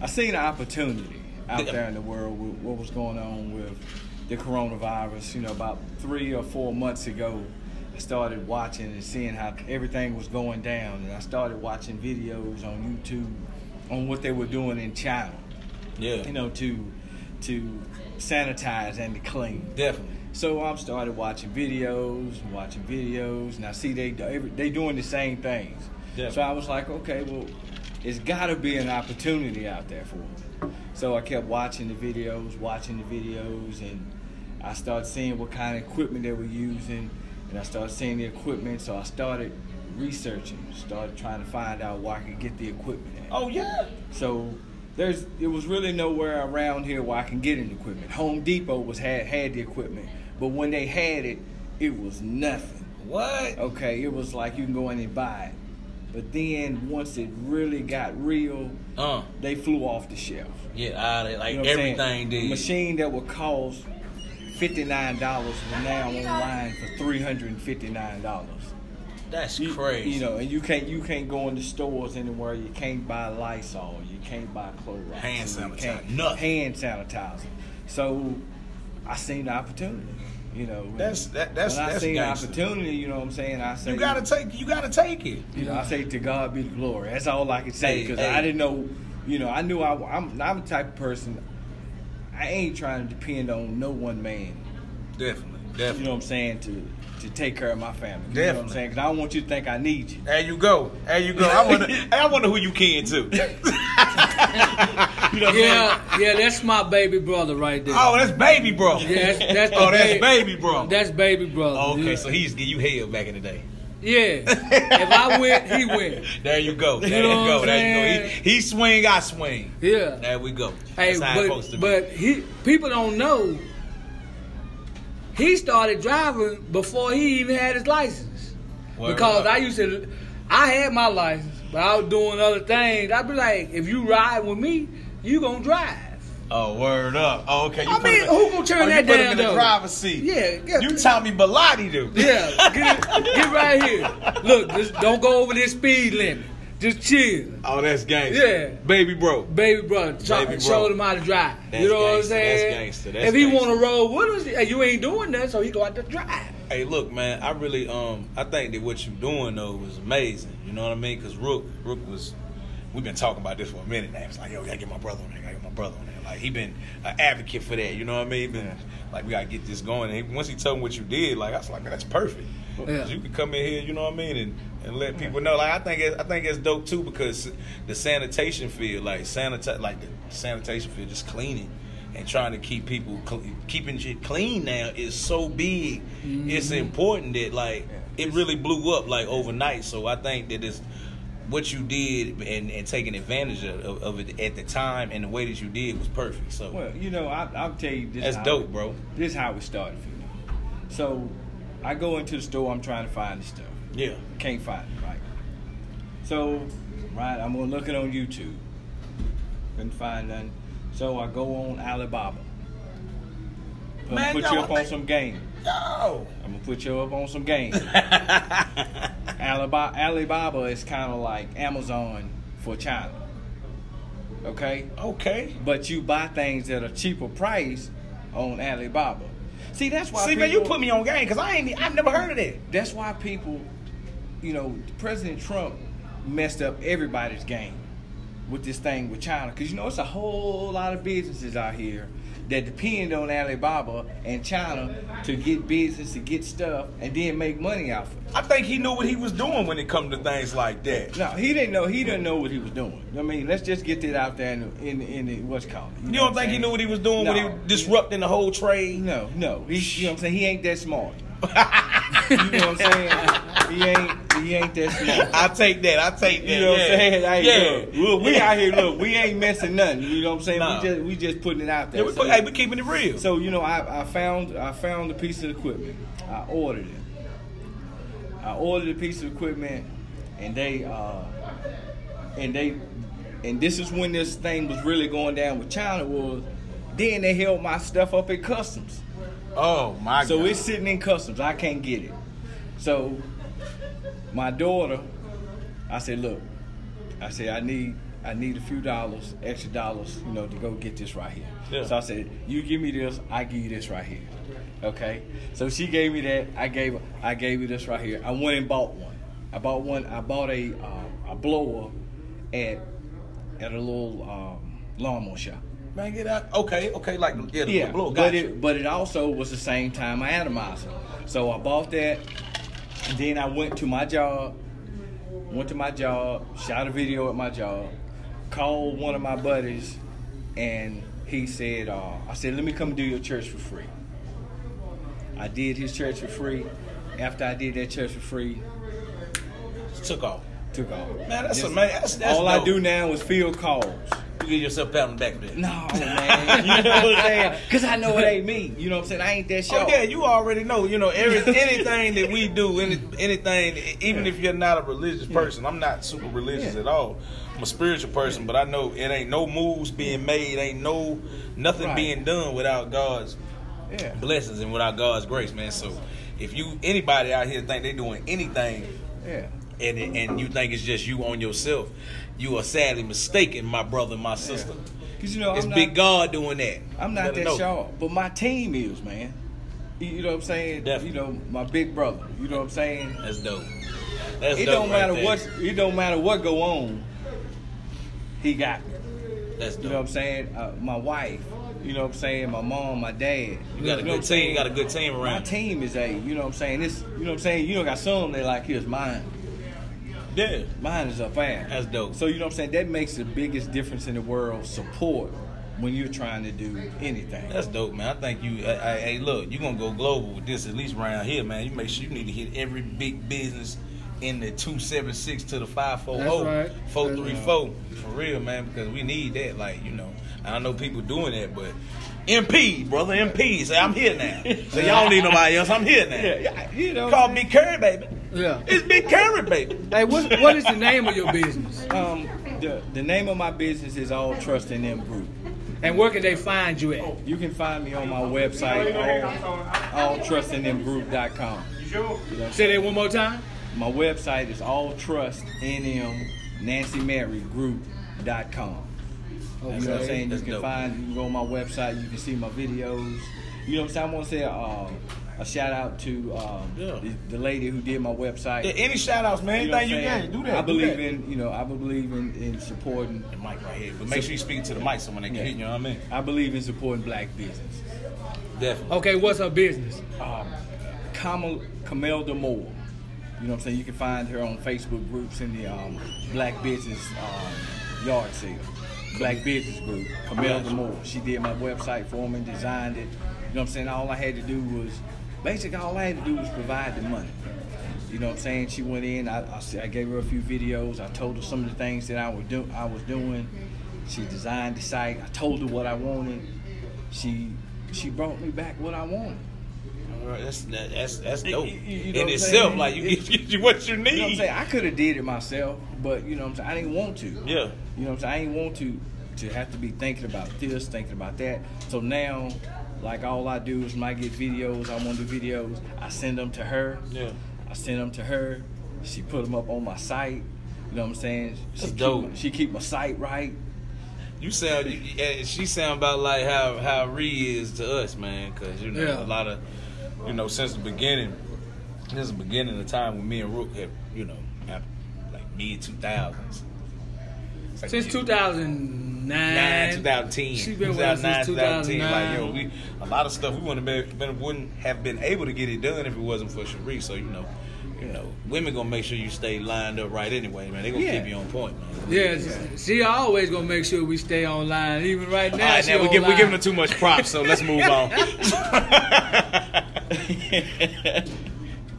[SPEAKER 4] I seen an opportunity out there in the world with what was going on with the coronavirus. You know, about three or four months ago, I started watching and seeing how everything was going down, and I started watching videos on YouTube on what they were doing in China.
[SPEAKER 1] Yeah,
[SPEAKER 4] You know, to to sanitize and to clean.
[SPEAKER 1] definitely.
[SPEAKER 4] So I started watching videos, watching videos, and I see they do- every- they doing the same things.
[SPEAKER 1] Yeah.
[SPEAKER 4] So I was like, okay, well, it's got to be an opportunity out there for me. So I kept watching the videos, watching the videos, and I started seeing what kind of equipment they were using, and I started seeing the equipment. So I started researching, started trying to find out where I could get the equipment. At.
[SPEAKER 1] Oh yeah.
[SPEAKER 4] So there's it was really nowhere around here where I can get an equipment. Home Depot was had had the equipment, but when they had it, it was nothing.
[SPEAKER 1] What?
[SPEAKER 4] Okay, it was like you can go in and buy it. But then once it really got real,
[SPEAKER 1] Uh.
[SPEAKER 4] they flew off the shelf.
[SPEAKER 1] Yeah, out of, like
[SPEAKER 4] Oh. You know what I'm saying?
[SPEAKER 1] everything
[SPEAKER 4] A
[SPEAKER 1] did.
[SPEAKER 4] machine that would cost fifty nine dollars was now online for three hundred and fifty nine dollars.
[SPEAKER 1] That's
[SPEAKER 4] You-
[SPEAKER 1] crazy.
[SPEAKER 4] You know, and you can't you can't go into stores anywhere. You can't buy Lysol. You can't buy Clorox.
[SPEAKER 1] Hand
[SPEAKER 4] you
[SPEAKER 1] sanitizer,
[SPEAKER 4] can't-
[SPEAKER 1] nothing.
[SPEAKER 4] Hand sanitizer. So I seen the opportunity. You know, and
[SPEAKER 1] That's- that- that's-
[SPEAKER 4] when I
[SPEAKER 1] that's
[SPEAKER 4] seen the
[SPEAKER 1] gangster.
[SPEAKER 4] opportunity. You know what I'm saying? I say
[SPEAKER 1] you gotta take. You gotta take it.
[SPEAKER 4] you know, I say to God be the glory. That's all I can say
[SPEAKER 1] Hey,
[SPEAKER 4] because
[SPEAKER 1] hey.
[SPEAKER 4] I didn't know. You know, I knew I, I'm I'm the type of person. I ain't trying to depend on no one man
[SPEAKER 1] Definitely.
[SPEAKER 4] you
[SPEAKER 1] Definitely.
[SPEAKER 4] know what I'm saying, to to take care of my family. You know what I'm
[SPEAKER 1] Definitely.
[SPEAKER 4] saying? Because I don't want you to think I need you.
[SPEAKER 1] There you go. There you go. I wonder. hey, I wonder who you kin to.
[SPEAKER 4] You know what I'm saying?
[SPEAKER 2] Yeah, yeah, that's my baby brother right there.
[SPEAKER 1] Oh, that's baby bro.
[SPEAKER 2] Yeah, that's, that's
[SPEAKER 1] oh,
[SPEAKER 2] the
[SPEAKER 1] that's baby bro.
[SPEAKER 2] That's baby brother.
[SPEAKER 1] Oh, okay,
[SPEAKER 2] yeah.
[SPEAKER 1] so he used to give you hell back in the day.
[SPEAKER 2] yeah. if I went, he went.
[SPEAKER 1] There you go. There you,
[SPEAKER 2] know what
[SPEAKER 1] go.
[SPEAKER 2] I'm
[SPEAKER 1] There you go.
[SPEAKER 2] saying?
[SPEAKER 1] He, he swing, I swing.
[SPEAKER 2] Yeah.
[SPEAKER 1] There we go.
[SPEAKER 2] Hey,
[SPEAKER 1] That's how it's supposed to
[SPEAKER 2] but, but he people don't know he started driving before he even had his license.
[SPEAKER 1] be. Word
[SPEAKER 2] because
[SPEAKER 1] up.
[SPEAKER 2] I used to, I had my license, but I was doing other things. I'd be like, if you ride with me, you gonna drive.
[SPEAKER 1] Oh, word up. Oh, okay. You
[SPEAKER 2] I
[SPEAKER 1] put him
[SPEAKER 2] mean,
[SPEAKER 1] in-
[SPEAKER 2] who gonna turn
[SPEAKER 1] oh, you
[SPEAKER 2] that
[SPEAKER 1] put him
[SPEAKER 2] down
[SPEAKER 1] in the
[SPEAKER 2] though?
[SPEAKER 1] driver's seat.
[SPEAKER 2] Yeah, yeah.
[SPEAKER 1] You Tommy Bilotti do.
[SPEAKER 2] Yeah, get, get right here. Look, just don't go over this speed limit. Just chill,
[SPEAKER 1] Oh, that's gangster.
[SPEAKER 2] Yeah.
[SPEAKER 1] Baby bro.
[SPEAKER 2] baby brother. Try,
[SPEAKER 1] Baby bro.
[SPEAKER 2] Show them how to drive.
[SPEAKER 1] That's
[SPEAKER 2] you know what I'm
[SPEAKER 1] gangsta, that's
[SPEAKER 2] saying?
[SPEAKER 1] gangsta, that's
[SPEAKER 2] if he
[SPEAKER 1] gangsta.
[SPEAKER 2] want to roll with us, hey, you ain't doing that, so he go out to drive.
[SPEAKER 1] Hey, look, man. I really, um, I think that what you doing though is amazing. You know what I mean? Cause Rook, Rook was, we've been talking about this for a minute now. It's like, yo, I gotta get my brother on there. I gotta get my brother on there. Like he been an advocate for that. You know what I mean? He Been, Like we gotta get this going. And he, once he told me what you did, like I was like, man, that's perfect.
[SPEAKER 2] Yeah.
[SPEAKER 1] 'Cause You can come in here, you know what I mean, and, and let people know. Like I think, it, I think it's dope too because the sanitation field, like sanita- like the sanitation field, just cleaning. And trying to keep people cl- keeping shit clean now is so big.
[SPEAKER 4] Mm-hmm.
[SPEAKER 1] It's important that like it really blew up like overnight. So I think that it's what you did and, and taking advantage of, of, of it at the time and the way that you did was perfect. So
[SPEAKER 4] Well, you know, I, I'll tell you this.
[SPEAKER 1] That's
[SPEAKER 4] how-
[SPEAKER 1] dope, bro.
[SPEAKER 4] This is how it started for me. So I go into the store. I'm trying to find the stuff.
[SPEAKER 1] yeah,
[SPEAKER 4] Can't find it, right? So, right, I'm going to look it on YouTube. Couldn't find none. So I go on Alibaba. I'm
[SPEAKER 1] Man,
[SPEAKER 4] gonna put
[SPEAKER 1] y'all,
[SPEAKER 4] you
[SPEAKER 1] I
[SPEAKER 4] up on
[SPEAKER 1] think-
[SPEAKER 4] some game.
[SPEAKER 1] Yo.
[SPEAKER 4] I'm gonna put you up on some game. Alibaba, Alibaba is kind of like Amazon for China. Okay,
[SPEAKER 1] Okay.
[SPEAKER 4] but you buy things at a cheaper price on Alibaba. See, that's why.
[SPEAKER 1] See, man, you
[SPEAKER 4] people-
[SPEAKER 1] put me on game because I ain't. I've never heard of that.
[SPEAKER 4] That's why people, you know, President Trump messed up everybody's game with this thing with China. Because, you know, it's a whole lot of businesses out here that depend on Alibaba and China to get business, to get stuff, and then make money off it.
[SPEAKER 1] I think he knew what he was doing when it come to things like that.
[SPEAKER 4] No, he didn't know. He didn't know what he was doing. I mean, let's just get that out there in in, in the, what's called.
[SPEAKER 1] You don't think he knew what he was doing when he
[SPEAKER 4] No.
[SPEAKER 1] was disrupting the whole trade?
[SPEAKER 4] No, no. He, you know what I'm saying? He ain't that smart. you know what I'm saying? He ain't. He ain't that smart.
[SPEAKER 1] I take that. I take that.
[SPEAKER 4] You know what I'm
[SPEAKER 1] yeah.
[SPEAKER 4] saying? Hey,
[SPEAKER 1] yeah.
[SPEAKER 4] look, look, we out here. Look, we ain't missing nothing. You know what I'm saying?
[SPEAKER 1] Nah.
[SPEAKER 4] We just we just putting it out there.
[SPEAKER 1] Yeah, we put,
[SPEAKER 4] so,
[SPEAKER 1] hey, we keeping it real.
[SPEAKER 4] so, you know, I, I found I found the piece of equipment. I ordered it. I ordered a piece of equipment, and they uh, and they and this is when this thing was really going down with China was. Then they held my stuff up at customs.
[SPEAKER 1] oh my
[SPEAKER 4] So
[SPEAKER 1] god.
[SPEAKER 4] it's sitting in customs. I can't get it. So my daughter, I said, look, I said I need I need a few dollars, extra dollars, you know, to go get this right here.
[SPEAKER 1] Yeah.
[SPEAKER 4] So I said, you give me this, I give you this right here. Okay. So she gave me that. I gave her- I gave her this right here. I went and bought one. I bought one. I bought a uh, a blower at at a little um, lawnmower shop.
[SPEAKER 1] man, get out. Okay, okay, like yeah, the
[SPEAKER 4] Yeah,
[SPEAKER 1] blow.
[SPEAKER 4] but
[SPEAKER 1] Gotcha.
[SPEAKER 4] it but it also was the same time I atomizer. So I bought that, and then I went to my job, went to my job, shot a video at my job, called one of my buddies, and he said, uh, "I said, let me come do your church for free." I did his church for free. After I did that church for free,
[SPEAKER 1] took off.
[SPEAKER 4] took off.
[SPEAKER 1] Man, that's a- man, that's- that's
[SPEAKER 4] all I
[SPEAKER 1] dope.
[SPEAKER 4] do now is field calls.
[SPEAKER 1] You give yourself a pat on the back for that.
[SPEAKER 4] No, man. You know what I'm saying? Because I know it ain't me. You know what I'm saying? I ain't that show.
[SPEAKER 1] Oh yeah, you already know. You know every, anything that we do, any, anything, even if you're not a religious person, I'm not super religious
[SPEAKER 4] Yeah.
[SPEAKER 1] at all. I'm a spiritual person, but I know it ain't no moves being made, ain't no nothing
[SPEAKER 4] Right.
[SPEAKER 1] being done without God's
[SPEAKER 4] Yeah.
[SPEAKER 1] blessings and without God's grace, man. So if you anybody out here think they doing anything
[SPEAKER 4] Yeah.
[SPEAKER 1] and and you think it's just you on yourself, you are sadly mistaken, my brother, my sister.
[SPEAKER 4] Because, you know,
[SPEAKER 1] It's
[SPEAKER 4] I'm
[SPEAKER 1] big
[SPEAKER 4] not,
[SPEAKER 1] God doing that.
[SPEAKER 4] I'm
[SPEAKER 1] You
[SPEAKER 4] not
[SPEAKER 1] better
[SPEAKER 4] that
[SPEAKER 1] know.
[SPEAKER 4] sharp. But my team is, man. You- You know what I'm saying?
[SPEAKER 1] Definitely.
[SPEAKER 4] You know, my big brother. You know what I'm saying?
[SPEAKER 1] That's dope. That's
[SPEAKER 4] it
[SPEAKER 1] dope
[SPEAKER 4] don't
[SPEAKER 1] right
[SPEAKER 4] matter
[SPEAKER 1] there.
[SPEAKER 4] what it don't matter what go on. He got me.
[SPEAKER 1] That's dope.
[SPEAKER 4] You know what I'm saying? Uh, my wife. You know what I'm saying? My mom, my dad.
[SPEAKER 1] You got a
[SPEAKER 4] know what I'm
[SPEAKER 1] good team.
[SPEAKER 4] saying?
[SPEAKER 1] You got a good team
[SPEAKER 4] My
[SPEAKER 1] around. you.
[SPEAKER 4] team is a, you know what I'm saying? This, you know what I'm saying? You don't got some that like here's mine.
[SPEAKER 1] Yeah.
[SPEAKER 4] Mine is up ass.
[SPEAKER 1] That's dope.
[SPEAKER 4] So you know what I'm saying? That makes the biggest difference in the world. Support when you're trying to do anything.
[SPEAKER 1] That's dope, man. I think you. I, I, hey, look, you gonna go global with this at least around here, man. You make sure you need to hit every big business in the two seven six to the five four zero
[SPEAKER 2] That's right.
[SPEAKER 1] four three four for real, man. Because we need that, like you know. I don't know people doing that, but MP, brother, MP. Say I'm here now. Say y'all don't need nobody else. I'm here now.
[SPEAKER 4] Yeah, yeah, you know.
[SPEAKER 1] Call Big Curry, baby.
[SPEAKER 2] Yeah.
[SPEAKER 1] It's Big Curry, baby.
[SPEAKER 2] Hey, what what is the name of your business?
[SPEAKER 4] Um, the the name of my business is All Trust in Them Group.
[SPEAKER 2] And where can they find you
[SPEAKER 1] Oh.
[SPEAKER 2] at?
[SPEAKER 4] You can find me on my website, all, alltrustinthenggroup.com.
[SPEAKER 2] Say that one more time.
[SPEAKER 4] My website is alltrustnmnancymary.group.com. Oh, You know what I'm saying? You
[SPEAKER 1] That's
[SPEAKER 4] can
[SPEAKER 1] dope.
[SPEAKER 4] find, you can go on my website, you can see my videos. You know what I'm saying? I want to say uh, a shout out to um,
[SPEAKER 1] Yeah.
[SPEAKER 4] the, the lady who did my website.
[SPEAKER 1] Yeah, any shout outs, man.
[SPEAKER 4] know what I'm
[SPEAKER 1] Anything you
[SPEAKER 4] saying?
[SPEAKER 1] can, do that.
[SPEAKER 4] I
[SPEAKER 1] do
[SPEAKER 4] believe
[SPEAKER 1] that.
[SPEAKER 4] in, you know, I believe in, in supporting,
[SPEAKER 1] the mic right here. But make sure you speak to the mic so when they can
[SPEAKER 4] Yeah.
[SPEAKER 1] hit you, you know what I mean?
[SPEAKER 4] I believe in supporting black business.
[SPEAKER 1] Definitely.
[SPEAKER 2] Okay, what's her business?
[SPEAKER 4] um, Kamal, Camelda Moore. You know what I'm saying? You can find her on Facebook groups in the um, Black Business um, Yard Sale. Black Business Group, Camelda Moore. She did my website for me, designed it. You know what I'm saying? All I had to do was, basically, all I had to do was provide the money. You know what I'm saying? She went in. I, I, s- I gave her a few videos. I told her some of the things that I was do, I was doing. She designed the site. I told her what I wanted. She she brought me back what I wanted.
[SPEAKER 1] Alright, Oh, That's that, that's that's
[SPEAKER 4] You-
[SPEAKER 1] dope.
[SPEAKER 4] you- you know what
[SPEAKER 1] in
[SPEAKER 4] I'm
[SPEAKER 1] itself,
[SPEAKER 4] saying?
[SPEAKER 1] like you
[SPEAKER 4] It-
[SPEAKER 1] get you what you need.
[SPEAKER 4] You know what I'm saying? I could have did it myself, but you know what I'm saying? I didn't want to. You
[SPEAKER 1] Yeah.
[SPEAKER 4] know what I'm saying? I didn't want to to have to be thinking about this, thinking about that. So now Like all I do is when I get videos, I want to do videos. I send them to her.
[SPEAKER 1] Yeah.
[SPEAKER 4] I send them to her. She put them up on my site. You know what I'm saying? She
[SPEAKER 1] That's
[SPEAKER 4] keep
[SPEAKER 1] dope.
[SPEAKER 4] my- she keep my site right.
[SPEAKER 1] You sound, you- yeah, she sound about like how how Ree is to us, man. Cause you know
[SPEAKER 2] Yeah.
[SPEAKER 1] a lot of, you know, since the beginning, since the beginning of the time when me and Rook have, you know, have, like mid two thousands.
[SPEAKER 2] Since 2009.
[SPEAKER 1] 2010.
[SPEAKER 2] She's been with us since
[SPEAKER 1] 2009. Like, yo,
[SPEAKER 2] 2009.
[SPEAKER 1] we, a lot of stuff we wouldn't have, been, wouldn't have been able to get it done if it wasn't for Cherie. So, you know, you know, women gonna make sure you stay lined up right anyway, man. They gonna
[SPEAKER 4] Yeah.
[SPEAKER 1] keep you on point, man.
[SPEAKER 2] Yeah, she- she always gonna make sure we stay online. Even right now,
[SPEAKER 1] All right,
[SPEAKER 2] she
[SPEAKER 1] now we give, we're
[SPEAKER 2] online.
[SPEAKER 1] giving her too much props, so let's move on. Yeah,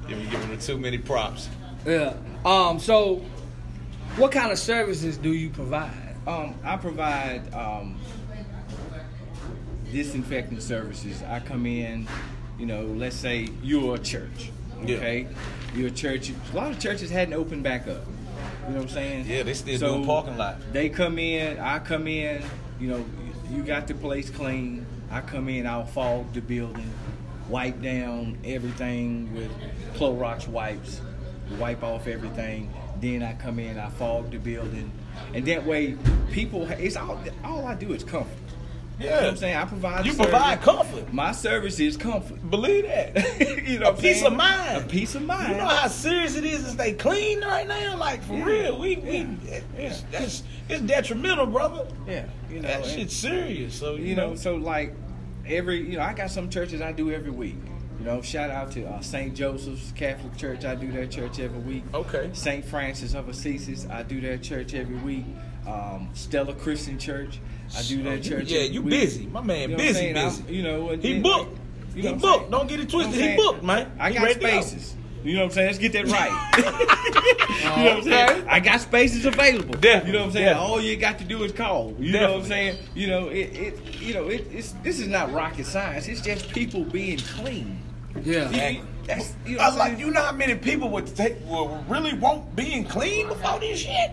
[SPEAKER 1] we're giving her too many props.
[SPEAKER 2] Yeah. Um. So, what kind of services do you provide?
[SPEAKER 4] Um, I provide um, disinfecting services. I come in, you know, let's say you're a church,
[SPEAKER 1] Yeah.
[SPEAKER 4] okay? You're a church. A lot of churches hadn't opened back up. You know what I'm saying?
[SPEAKER 1] Yeah, they still doing parking lot.
[SPEAKER 4] They come in, I come in, you know, you got the place clean. I come in, I'll fog the building, wipe down everything with Clorox wipes, wipe off everything. Then I come in, I fog the building. And that way, people, it's all, all I do is comfort. You know what I'm saying? I provide
[SPEAKER 1] You
[SPEAKER 4] service.
[SPEAKER 1] provide comfort.
[SPEAKER 4] My service is comfort.
[SPEAKER 1] Believe that.
[SPEAKER 4] you know
[SPEAKER 1] a
[SPEAKER 4] what I'm
[SPEAKER 1] peace
[SPEAKER 4] saying?
[SPEAKER 1] of mind.
[SPEAKER 4] A peace of mind.
[SPEAKER 1] You know how serious it is to stay clean right now? Like for
[SPEAKER 4] Yeah.
[SPEAKER 1] real. We we
[SPEAKER 4] Yeah.
[SPEAKER 1] it's, that's it's detrimental, brother.
[SPEAKER 4] yeah, you know.
[SPEAKER 1] that
[SPEAKER 4] and-
[SPEAKER 1] shit's serious. So you,
[SPEAKER 4] you
[SPEAKER 1] know,
[SPEAKER 4] know, so like every, you know, I got some churches I do every week. You know, shout out to uh, St. Joseph's Catholic Church. I do their church every week.
[SPEAKER 1] Okay.
[SPEAKER 4] St. Francis of Assisi. I do their church every week. Um, Stella Christian Church. I do
[SPEAKER 1] Oh,
[SPEAKER 4] their
[SPEAKER 1] you-
[SPEAKER 4] church.
[SPEAKER 1] yeah,
[SPEAKER 4] every
[SPEAKER 1] you
[SPEAKER 4] week.
[SPEAKER 1] busy. My man
[SPEAKER 4] what I'm
[SPEAKER 1] busy,
[SPEAKER 4] saying?
[SPEAKER 1] busy.
[SPEAKER 4] I'm- you know, and
[SPEAKER 1] He
[SPEAKER 4] then,
[SPEAKER 1] booked. He
[SPEAKER 4] you know what I'm
[SPEAKER 1] booked.
[SPEAKER 4] saying?
[SPEAKER 1] Don't get it
[SPEAKER 4] You know what
[SPEAKER 1] twisted. He
[SPEAKER 4] I'm saying?
[SPEAKER 1] booked, man.
[SPEAKER 4] I
[SPEAKER 1] He
[SPEAKER 4] got
[SPEAKER 1] ready to go.
[SPEAKER 4] spaces. You know what I'm saying? Let's get that right. you know what I'm saying?
[SPEAKER 2] Okay.
[SPEAKER 4] I got spaces available.
[SPEAKER 1] Definitely,
[SPEAKER 4] You know what I'm saying?
[SPEAKER 1] definitely.
[SPEAKER 4] All you got to do is call. You know what I'm saying? You know, it, it you know, it, it's this is not rocket science. It's just people being clean.
[SPEAKER 2] Yeah.
[SPEAKER 4] You- That's you know
[SPEAKER 1] I was
[SPEAKER 4] what I'm
[SPEAKER 1] like,
[SPEAKER 4] saying?
[SPEAKER 1] you know how many people would take would really want being clean before this shit?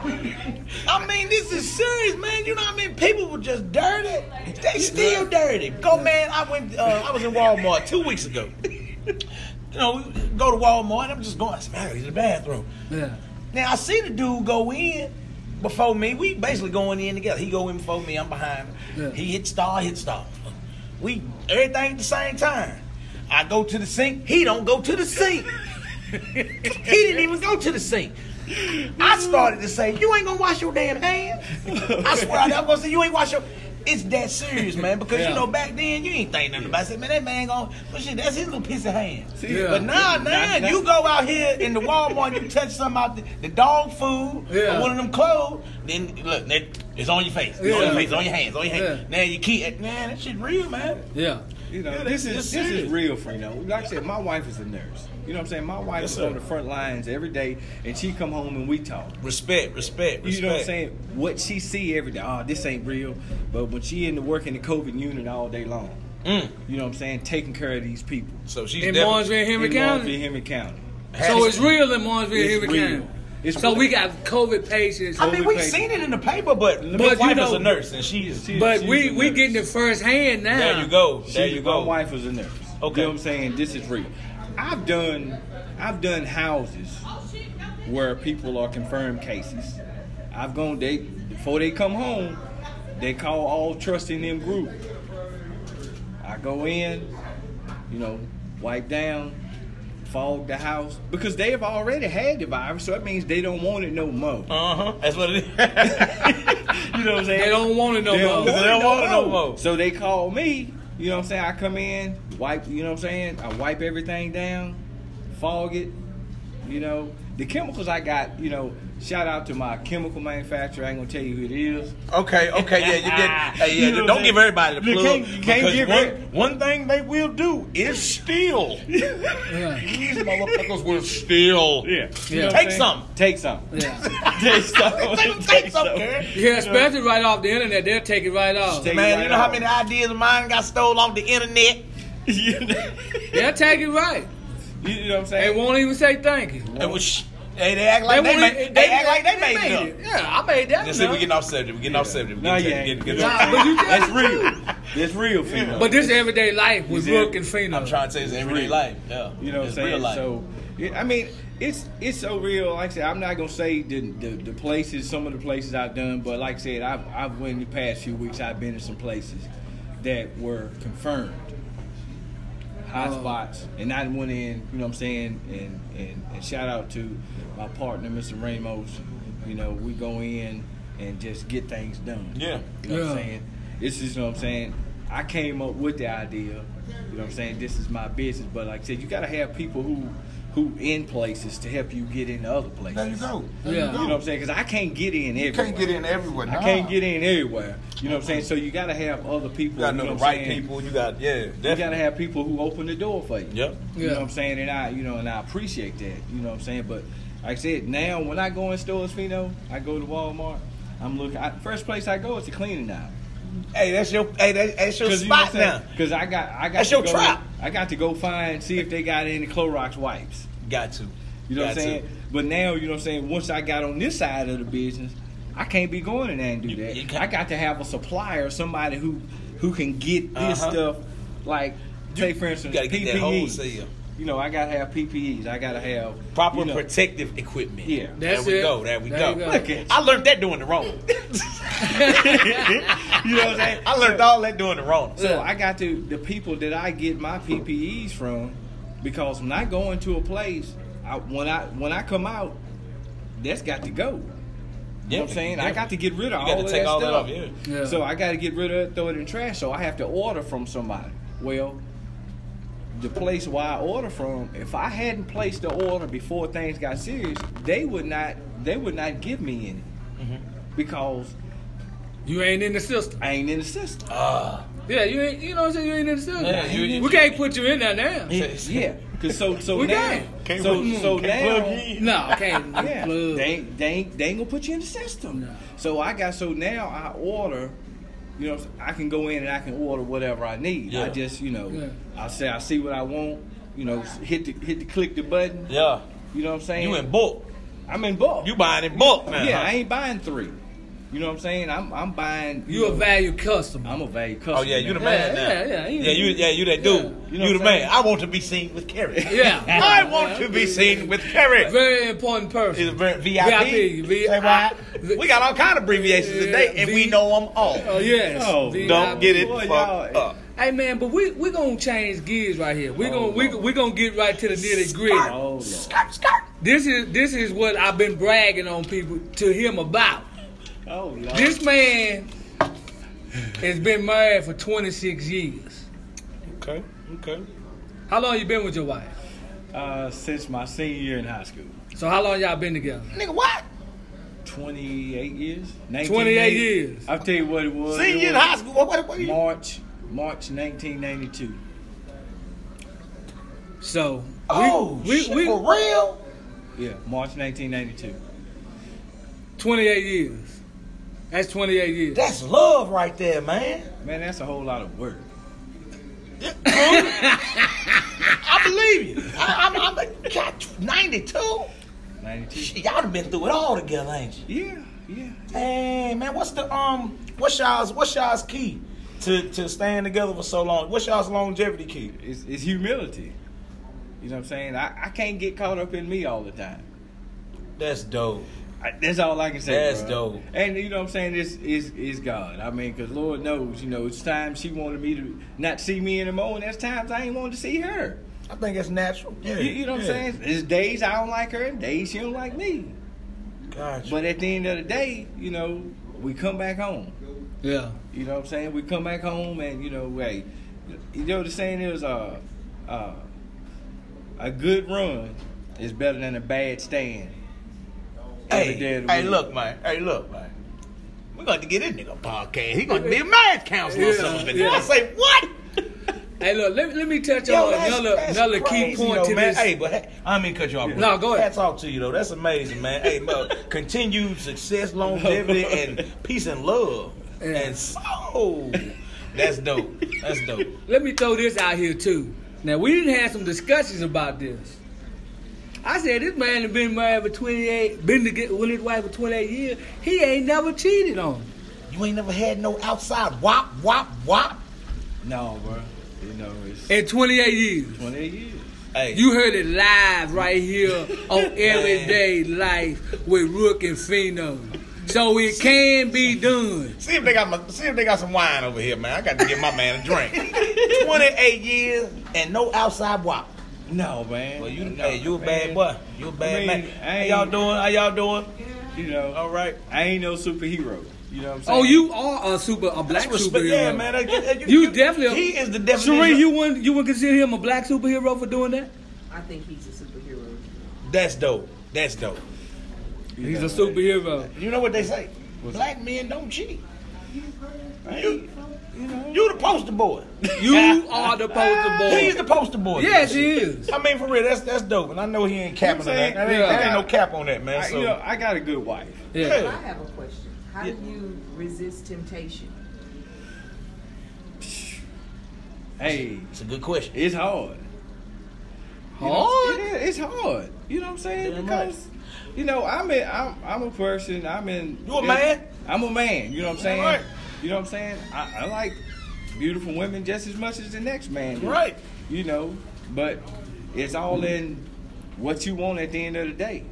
[SPEAKER 1] I mean, this is serious, man. You know how many people were just dirty? They still dirty. Go, man. I went. Uh, I was in Walmart two weeks ago. You know, we go to Walmart. I'm just going. I said, man, I gotta get to the bathroom.
[SPEAKER 2] Yeah.
[SPEAKER 1] Now I see the dude go in before me. We basically going in together. He go in before me. I'm behind. him.
[SPEAKER 2] Yeah.
[SPEAKER 1] He hit star. I Hit star. We everything at the same time. I go to the sink. He don't go to the sink. he didn't even go to the sink. I started to say, "You ain't gonna wash your damn hands." I swear, I- I'm gonna say, "You ain't wash your." It's that serious, man. Because
[SPEAKER 4] Yeah.
[SPEAKER 1] you know, back then you ain't think nothing about it. I said, man, that man gonna, but shit, that's his little piece of hand.
[SPEAKER 4] See,
[SPEAKER 2] Yeah.
[SPEAKER 1] But now, now
[SPEAKER 4] Not-
[SPEAKER 1] you go out here in the Walmart, you touch something out the, the dog food
[SPEAKER 2] Yeah.
[SPEAKER 1] or one of them clothes, then look, that, it's on your face, it's on your
[SPEAKER 2] Yeah.
[SPEAKER 1] face, it's on your hands, it's on your hands. Now you keep, man, that shit real, man.
[SPEAKER 2] Yeah.
[SPEAKER 4] You know,
[SPEAKER 1] Yeah,
[SPEAKER 4] this
[SPEAKER 1] that's-
[SPEAKER 4] is
[SPEAKER 1] that's
[SPEAKER 4] this is
[SPEAKER 1] serious.
[SPEAKER 4] real, Freno. Like I said, my wife is a nurse. You know what I'm saying? My wife
[SPEAKER 1] Yes,
[SPEAKER 4] is
[SPEAKER 1] sir.
[SPEAKER 4] on the front lines every day, and she come home and we talk.
[SPEAKER 1] Respect, respect, respect.
[SPEAKER 4] You know what I'm saying? What she see every day, oh, this ain't real. But when she in the work in the COVID unit all day long,
[SPEAKER 1] Mm.
[SPEAKER 4] you know what I'm saying? Taking care of these people
[SPEAKER 1] So she's
[SPEAKER 2] In
[SPEAKER 1] definitely-
[SPEAKER 2] Martinsville, Henry
[SPEAKER 4] in Lawrenceville,
[SPEAKER 2] County.
[SPEAKER 4] Henry County.
[SPEAKER 2] So it's real in Martinsville,
[SPEAKER 4] It's
[SPEAKER 2] Henry
[SPEAKER 4] real.
[SPEAKER 2] County.
[SPEAKER 4] It's
[SPEAKER 2] so
[SPEAKER 4] real.
[SPEAKER 2] we got COVID patients.
[SPEAKER 1] I mean,
[SPEAKER 4] COVID
[SPEAKER 1] we've
[SPEAKER 4] patient.
[SPEAKER 1] seen it in the paper, but, my
[SPEAKER 2] But you
[SPEAKER 1] wife is
[SPEAKER 2] know-
[SPEAKER 1] a nurse and she is.
[SPEAKER 4] She-
[SPEAKER 2] But
[SPEAKER 4] she's
[SPEAKER 2] we
[SPEAKER 4] a
[SPEAKER 2] we
[SPEAKER 4] nurse.
[SPEAKER 2] getting it firsthand now.
[SPEAKER 1] there you go, there
[SPEAKER 4] She-
[SPEAKER 1] you go.
[SPEAKER 4] My wife was a nurse.
[SPEAKER 1] Okay.
[SPEAKER 4] You know what I'm saying? This is real. I've done I've done houses where people are confirmed cases. I've gone they before they come home, they call all trust in them group. I go in, you know, wipe down, fog the house. Because they have already had the virus, so that means they don't want it no more.
[SPEAKER 1] Uh huh. That's what it is.
[SPEAKER 4] You know what I'm saying?
[SPEAKER 2] They don't want it no
[SPEAKER 4] They don't
[SPEAKER 2] more.
[SPEAKER 1] They don't
[SPEAKER 4] want it no
[SPEAKER 1] more.
[SPEAKER 4] more. So they call me. You know what I'm saying? I come in, wipe. You know what I'm saying? I wipe everything down, fog it. You know the chemicals I got. You know, shout out to my chemical manufacturer. I ain't gonna tell you who it is. Ah.
[SPEAKER 1] Okay, okay, yeah, you get. Hey, yeah,
[SPEAKER 4] You know
[SPEAKER 1] don't
[SPEAKER 4] that-
[SPEAKER 1] give everybody the
[SPEAKER 4] you
[SPEAKER 1] plug.
[SPEAKER 4] can't- you can't
[SPEAKER 1] because
[SPEAKER 4] give
[SPEAKER 1] one,
[SPEAKER 4] it.
[SPEAKER 1] one thing they will do is steal.
[SPEAKER 2] Yeah.
[SPEAKER 1] These motherfuckers will steal.
[SPEAKER 4] Yeah.
[SPEAKER 2] Yeah.
[SPEAKER 1] Take some.
[SPEAKER 4] Take some.
[SPEAKER 2] Yeah.
[SPEAKER 4] Take some.
[SPEAKER 1] Take, take some, girl.
[SPEAKER 2] yeah, especially right off the internet, they'll take it right off.
[SPEAKER 4] Take-
[SPEAKER 1] Man,
[SPEAKER 4] right
[SPEAKER 1] you know how
[SPEAKER 4] off.
[SPEAKER 1] many ideas of mine got stole off the internet?
[SPEAKER 4] you know
[SPEAKER 2] They'll take it right.
[SPEAKER 4] you know what
[SPEAKER 2] They
[SPEAKER 4] I'm saying?
[SPEAKER 2] won't even say thank you.
[SPEAKER 1] It was, sh- hey, they act like they,
[SPEAKER 2] won't
[SPEAKER 1] made,
[SPEAKER 2] even-
[SPEAKER 1] they, act like they, made, it up.
[SPEAKER 2] Yeah, I made that.
[SPEAKER 1] Let's see,
[SPEAKER 2] up.
[SPEAKER 1] we're getting off subject. We're getting off subject. We're
[SPEAKER 4] No,
[SPEAKER 1] getting,
[SPEAKER 4] yeah.
[SPEAKER 1] getting, getting
[SPEAKER 4] No,
[SPEAKER 1] off subject.
[SPEAKER 2] but you
[SPEAKER 4] That's real. It's real female.
[SPEAKER 2] But this everyday life with
[SPEAKER 4] Is it-
[SPEAKER 2] Rook and Fino.
[SPEAKER 1] I'm trying to say it's everyday
[SPEAKER 4] real.
[SPEAKER 1] life. Yeah,
[SPEAKER 4] You know what I'm
[SPEAKER 1] It's
[SPEAKER 4] saying?
[SPEAKER 1] Real life.
[SPEAKER 4] So, it, I mean, it's it's so real. Like I said, I'm not gonna say the, the the places, some of the places I've done, but like I said, I've I've went the past few weeks. I've been to some places that were confirmed
[SPEAKER 1] Oh.
[SPEAKER 4] hot spots, and I went in. You know what I'm saying? And and, and shout out to my partner, Mr. Ramos. You know, we go in and just get things done.
[SPEAKER 1] Yeah.
[SPEAKER 4] You know what I'm
[SPEAKER 2] Yeah.
[SPEAKER 4] saying? This is, you know what I'm saying? I came up with the idea. You know what I'm saying? This is my business. But like I said, you got to have people who who in places to help you get into other places.
[SPEAKER 5] There you go. There
[SPEAKER 2] Yeah.
[SPEAKER 5] you
[SPEAKER 4] You
[SPEAKER 5] go.
[SPEAKER 4] know what I'm saying? Because I can't get in
[SPEAKER 5] You
[SPEAKER 4] everywhere.
[SPEAKER 5] can't get in everywhere.
[SPEAKER 4] I
[SPEAKER 5] nah.
[SPEAKER 4] can't get in everywhere. You know what I'm saying? So you got to have other people.
[SPEAKER 1] you gotta know
[SPEAKER 4] you
[SPEAKER 1] the
[SPEAKER 4] what I'm
[SPEAKER 1] right
[SPEAKER 4] saying?
[SPEAKER 1] people. You got yeah.
[SPEAKER 4] You got to have people who open the door for you.
[SPEAKER 1] Yep.
[SPEAKER 4] You know
[SPEAKER 2] Yeah.
[SPEAKER 4] what I'm saying? And I, you know, and I appreciate that. You know what I'm saying? But like I said, now when I go in stores, Fino, I go to Walmart. I'm looking. I, first place I go is the cleaning aisle.
[SPEAKER 1] Hey, that's your hey, that, that's your spot now.
[SPEAKER 4] Because I got, I got.
[SPEAKER 1] That's
[SPEAKER 4] to
[SPEAKER 1] your
[SPEAKER 4] go,
[SPEAKER 1] trap.
[SPEAKER 4] I got to go find see if they got any Clorox wipes.
[SPEAKER 1] Got to.
[SPEAKER 4] You know
[SPEAKER 1] got
[SPEAKER 4] what I'm saying? But now, you know what I'm saying. Once I got on this side of the business, I can't be going in there and do
[SPEAKER 1] You-
[SPEAKER 4] that.
[SPEAKER 1] you can't-
[SPEAKER 4] I got to have a supplier, somebody who, who can get this
[SPEAKER 1] Uh-huh.
[SPEAKER 4] stuff. Like, say for
[SPEAKER 1] To. You
[SPEAKER 4] instance,
[SPEAKER 1] gotta get that
[SPEAKER 4] PPE.
[SPEAKER 1] wholesale
[SPEAKER 4] You know, I gotta have PPEs. I gotta have
[SPEAKER 1] proper
[SPEAKER 4] you know,
[SPEAKER 1] protective equipment.
[SPEAKER 4] Yeah.
[SPEAKER 1] there
[SPEAKER 2] That's
[SPEAKER 1] we
[SPEAKER 2] it.
[SPEAKER 1] go. There we
[SPEAKER 2] There
[SPEAKER 1] go.
[SPEAKER 2] you go.
[SPEAKER 1] Look, I learned that doing the wrong.
[SPEAKER 4] You know what I'm saying?
[SPEAKER 1] I learned all that doing the wrong.
[SPEAKER 4] So I got to the people that I get my PPEs from because when I go into a place, I, when I when I come out, that's got to go. You know what I'm saying? I got to get rid of
[SPEAKER 1] You got
[SPEAKER 4] all
[SPEAKER 1] to
[SPEAKER 4] of
[SPEAKER 1] take
[SPEAKER 4] that
[SPEAKER 1] all that
[SPEAKER 4] stuff.
[SPEAKER 1] off, yeah.
[SPEAKER 2] Yeah.
[SPEAKER 4] So I got to get rid of it, throw it in trash. So I have to order from somebody. Well, the place where I order from, if I hadn't placed the order before things got serious, they would not they would not give me any
[SPEAKER 1] Mm-hmm.
[SPEAKER 4] because
[SPEAKER 2] You ain't in the system.
[SPEAKER 4] I ain't in the system.
[SPEAKER 1] Ah.
[SPEAKER 2] Yeah, you ain't. You know what I'm saying? You ain't in the system.
[SPEAKER 1] Yeah, you-
[SPEAKER 2] we can't put you in there now.
[SPEAKER 4] Yeah, cause so so
[SPEAKER 2] We
[SPEAKER 4] now
[SPEAKER 2] can't.
[SPEAKER 4] so so now
[SPEAKER 2] No, can't.
[SPEAKER 4] yeah,
[SPEAKER 2] Plug.
[SPEAKER 4] they ain't, they ain't, they ain't gonna put you in the system.
[SPEAKER 2] No.
[SPEAKER 4] So I got so now I order, you know, I can go in and I can order whatever I need.
[SPEAKER 1] Yeah.
[SPEAKER 4] I just you know,
[SPEAKER 2] Yeah.
[SPEAKER 4] I say I see what I want, you know, s- hit the hit the click the button.
[SPEAKER 1] Yeah.
[SPEAKER 4] You know what I'm saying?
[SPEAKER 1] You in bulk.
[SPEAKER 4] I'm in bulk.
[SPEAKER 1] You buying in bulk now.
[SPEAKER 4] yeah,
[SPEAKER 1] huh?
[SPEAKER 4] I ain't buying three. You know what I'm saying? I'm I'm buying.
[SPEAKER 2] You a
[SPEAKER 4] know,
[SPEAKER 2] value customer.
[SPEAKER 4] I'm a value customer.
[SPEAKER 1] Oh yeah, you the
[SPEAKER 4] now.
[SPEAKER 1] man
[SPEAKER 2] Yeah,
[SPEAKER 1] now.
[SPEAKER 2] yeah, yeah, you-
[SPEAKER 1] yeah, you, yeah, you that dude.
[SPEAKER 2] Yeah.
[SPEAKER 1] You,
[SPEAKER 4] You know
[SPEAKER 1] the
[SPEAKER 4] what I'm
[SPEAKER 1] man. I want to be seen with Kerry.
[SPEAKER 2] Yeah.
[SPEAKER 1] I want to be seen with Kerry.
[SPEAKER 2] very important person.
[SPEAKER 1] He's a very
[SPEAKER 2] VIP,
[SPEAKER 1] VIP.
[SPEAKER 2] V-
[SPEAKER 1] Say what?
[SPEAKER 2] V-
[SPEAKER 1] we got all kind of abbreviations today, and
[SPEAKER 2] V-
[SPEAKER 1] we know them all.
[SPEAKER 2] Oh yes.
[SPEAKER 4] Oh,
[SPEAKER 2] The-
[SPEAKER 1] Don't get it
[SPEAKER 4] Boy,
[SPEAKER 1] fucked
[SPEAKER 4] y'all- eh.
[SPEAKER 1] up.
[SPEAKER 2] Hey man, but we we gonna change gears right here. We gonna we,
[SPEAKER 4] Lord.
[SPEAKER 2] we gonna get right to the nitty gritty.
[SPEAKER 4] Oh Lord.
[SPEAKER 2] This is this is what I've been bragging on people to him about.
[SPEAKER 4] Oh Lord.
[SPEAKER 2] This man has been married for 26 years.
[SPEAKER 1] Okay, okay.
[SPEAKER 2] How long you been with your wife?
[SPEAKER 4] Uh, since my senior year in high school,
[SPEAKER 2] So how long y'all been together?
[SPEAKER 1] Nigga, what?
[SPEAKER 4] 28 years. 19,
[SPEAKER 2] 28 years.
[SPEAKER 4] I'll tell you what it was.
[SPEAKER 1] Senior
[SPEAKER 4] It
[SPEAKER 1] in
[SPEAKER 4] was-
[SPEAKER 1] high school. What? What? what you?
[SPEAKER 4] March, March 1992.
[SPEAKER 2] So we-
[SPEAKER 1] Oh,
[SPEAKER 2] we,
[SPEAKER 1] shit,
[SPEAKER 2] we,
[SPEAKER 1] for real?
[SPEAKER 4] Yeah, March 1992.
[SPEAKER 2] 28 years. That's 28 years.
[SPEAKER 1] That's love right there, man.
[SPEAKER 4] Man, that's a whole lot of work.
[SPEAKER 1] I believe you. I, I'm, I'm a, God, 92.
[SPEAKER 4] 92.
[SPEAKER 1] Shit, y'all done been through it all together, ain't you?
[SPEAKER 4] Yeah, yeah.
[SPEAKER 1] Hey man, what's the um what's y'all's what's y'all's key to to staying together for so long? What's y'all's longevity key?
[SPEAKER 4] It's, it's humility. You know what I'm saying? I, I can't get caught up in me all the time.
[SPEAKER 1] That's dope.
[SPEAKER 4] I, that's all I can say.
[SPEAKER 1] That's
[SPEAKER 4] bruh.
[SPEAKER 1] dope.
[SPEAKER 4] And you know what I'm saying? This is is God. I mean, because Lord knows, you know, it's times she wanted me to not see me anymore, and there's times I ain't wanted to see her.
[SPEAKER 1] I think that's natural. Yeah.
[SPEAKER 4] You, you know what I'm saying? There's days I don't like her, and days she don't like me.
[SPEAKER 1] Gotcha.
[SPEAKER 4] But at the end of the day, you know, we come back home.
[SPEAKER 2] Yeah.
[SPEAKER 4] You know what I'm saying? We come back home and you know, hey, you know the saying is uh, uh, a good run is better than a bad stand.
[SPEAKER 1] hey,
[SPEAKER 4] every day of the
[SPEAKER 1] hey
[SPEAKER 4] week.
[SPEAKER 1] look, man. Hey, look, man. We're going to get this nigga a podcast. He going to be a marriage counselor or
[SPEAKER 2] Yeah,
[SPEAKER 1] something.
[SPEAKER 2] yeah.
[SPEAKER 1] I say, what?
[SPEAKER 2] Hey, look, let, let me touch on another another key
[SPEAKER 1] crazy,
[SPEAKER 2] point
[SPEAKER 1] though,
[SPEAKER 2] to
[SPEAKER 1] man.
[SPEAKER 2] this.
[SPEAKER 1] Hey, but hey, I mean, cut you off. bro.
[SPEAKER 2] No, go ahead.
[SPEAKER 1] Hats off to you though. That's amazing, man. Hey, bro, continued success, longevity, and peace and love
[SPEAKER 2] Yeah.
[SPEAKER 1] and soul. That's dope. That's dope.
[SPEAKER 2] Let me throw this out here too. Now we didn't have some discussions about this. I said this man has been married for 28, been together with his wife for 28 years. He ain't never cheated on. her.
[SPEAKER 1] You ain't never had no outside wop wop wop.
[SPEAKER 4] No, bro. You know, it's
[SPEAKER 2] in 28 years.
[SPEAKER 4] 28 years.
[SPEAKER 1] Hey,
[SPEAKER 2] You heard it live right here on Everyday Life with Rook and Fino. So it can be done.
[SPEAKER 1] see if they got my, see if they got some wine over here, man. I got to get my man a drink. Twenty eight years and no outside walk.
[SPEAKER 4] No, man.
[SPEAKER 1] Well, you,
[SPEAKER 4] no,
[SPEAKER 1] hey, you a bad
[SPEAKER 4] man.
[SPEAKER 1] boy. You a bad
[SPEAKER 4] I mean,
[SPEAKER 1] man.
[SPEAKER 4] I
[SPEAKER 1] How
[SPEAKER 4] ain't-
[SPEAKER 1] y'all doing? How y'all doing?
[SPEAKER 4] You know,
[SPEAKER 1] All right.
[SPEAKER 4] I ain't no superhero. You know what I'm saying?
[SPEAKER 2] Oh, you are a super, a black
[SPEAKER 1] That's respect.
[SPEAKER 2] superhero.
[SPEAKER 1] Yeah, man. that- that- that-
[SPEAKER 2] You definitely.
[SPEAKER 1] He is the definition.
[SPEAKER 2] Sheree, you wouldn't you wouldn't consider him a black superhero for doing that?
[SPEAKER 5] I think he's a superhero.
[SPEAKER 1] That's dope. That's dope.
[SPEAKER 4] You
[SPEAKER 2] He's
[SPEAKER 4] know,
[SPEAKER 2] a superhero.
[SPEAKER 1] You know what they say? Black men don't cheat. You,
[SPEAKER 4] You know,
[SPEAKER 1] you the poster boy.
[SPEAKER 2] You are the poster
[SPEAKER 1] He's
[SPEAKER 2] boy.
[SPEAKER 1] the poster boy.
[SPEAKER 2] Yes, he is.
[SPEAKER 1] I mean, for real, that's that's dope, and I know he ain't capping on
[SPEAKER 4] You know
[SPEAKER 1] that.
[SPEAKER 4] what
[SPEAKER 1] There
[SPEAKER 4] I'm
[SPEAKER 2] saying?
[SPEAKER 1] ain't, there ain't
[SPEAKER 4] Yeah.
[SPEAKER 1] no cap on that, man.
[SPEAKER 4] I,
[SPEAKER 1] So,
[SPEAKER 4] you know, I got a good wife.
[SPEAKER 2] Yeah.
[SPEAKER 1] Hey,
[SPEAKER 5] I have a question. How do you resist temptation?
[SPEAKER 4] Hey,
[SPEAKER 1] it's a good question.
[SPEAKER 4] it's hard. You know,
[SPEAKER 2] Hard?
[SPEAKER 4] it is. It's hard. You know what I'm saying?
[SPEAKER 1] Damn right.
[SPEAKER 4] because you know I'm in. I'm, I'm a person. I'm in.
[SPEAKER 1] You a man?
[SPEAKER 4] I'm a man. You know what
[SPEAKER 1] Damn
[SPEAKER 4] I'm saying?
[SPEAKER 1] right.
[SPEAKER 4] You know what I'm saying? I, I like beautiful women just as much as the next man. does.
[SPEAKER 1] Right.
[SPEAKER 4] You know, but it's all in what you want at the end of the day.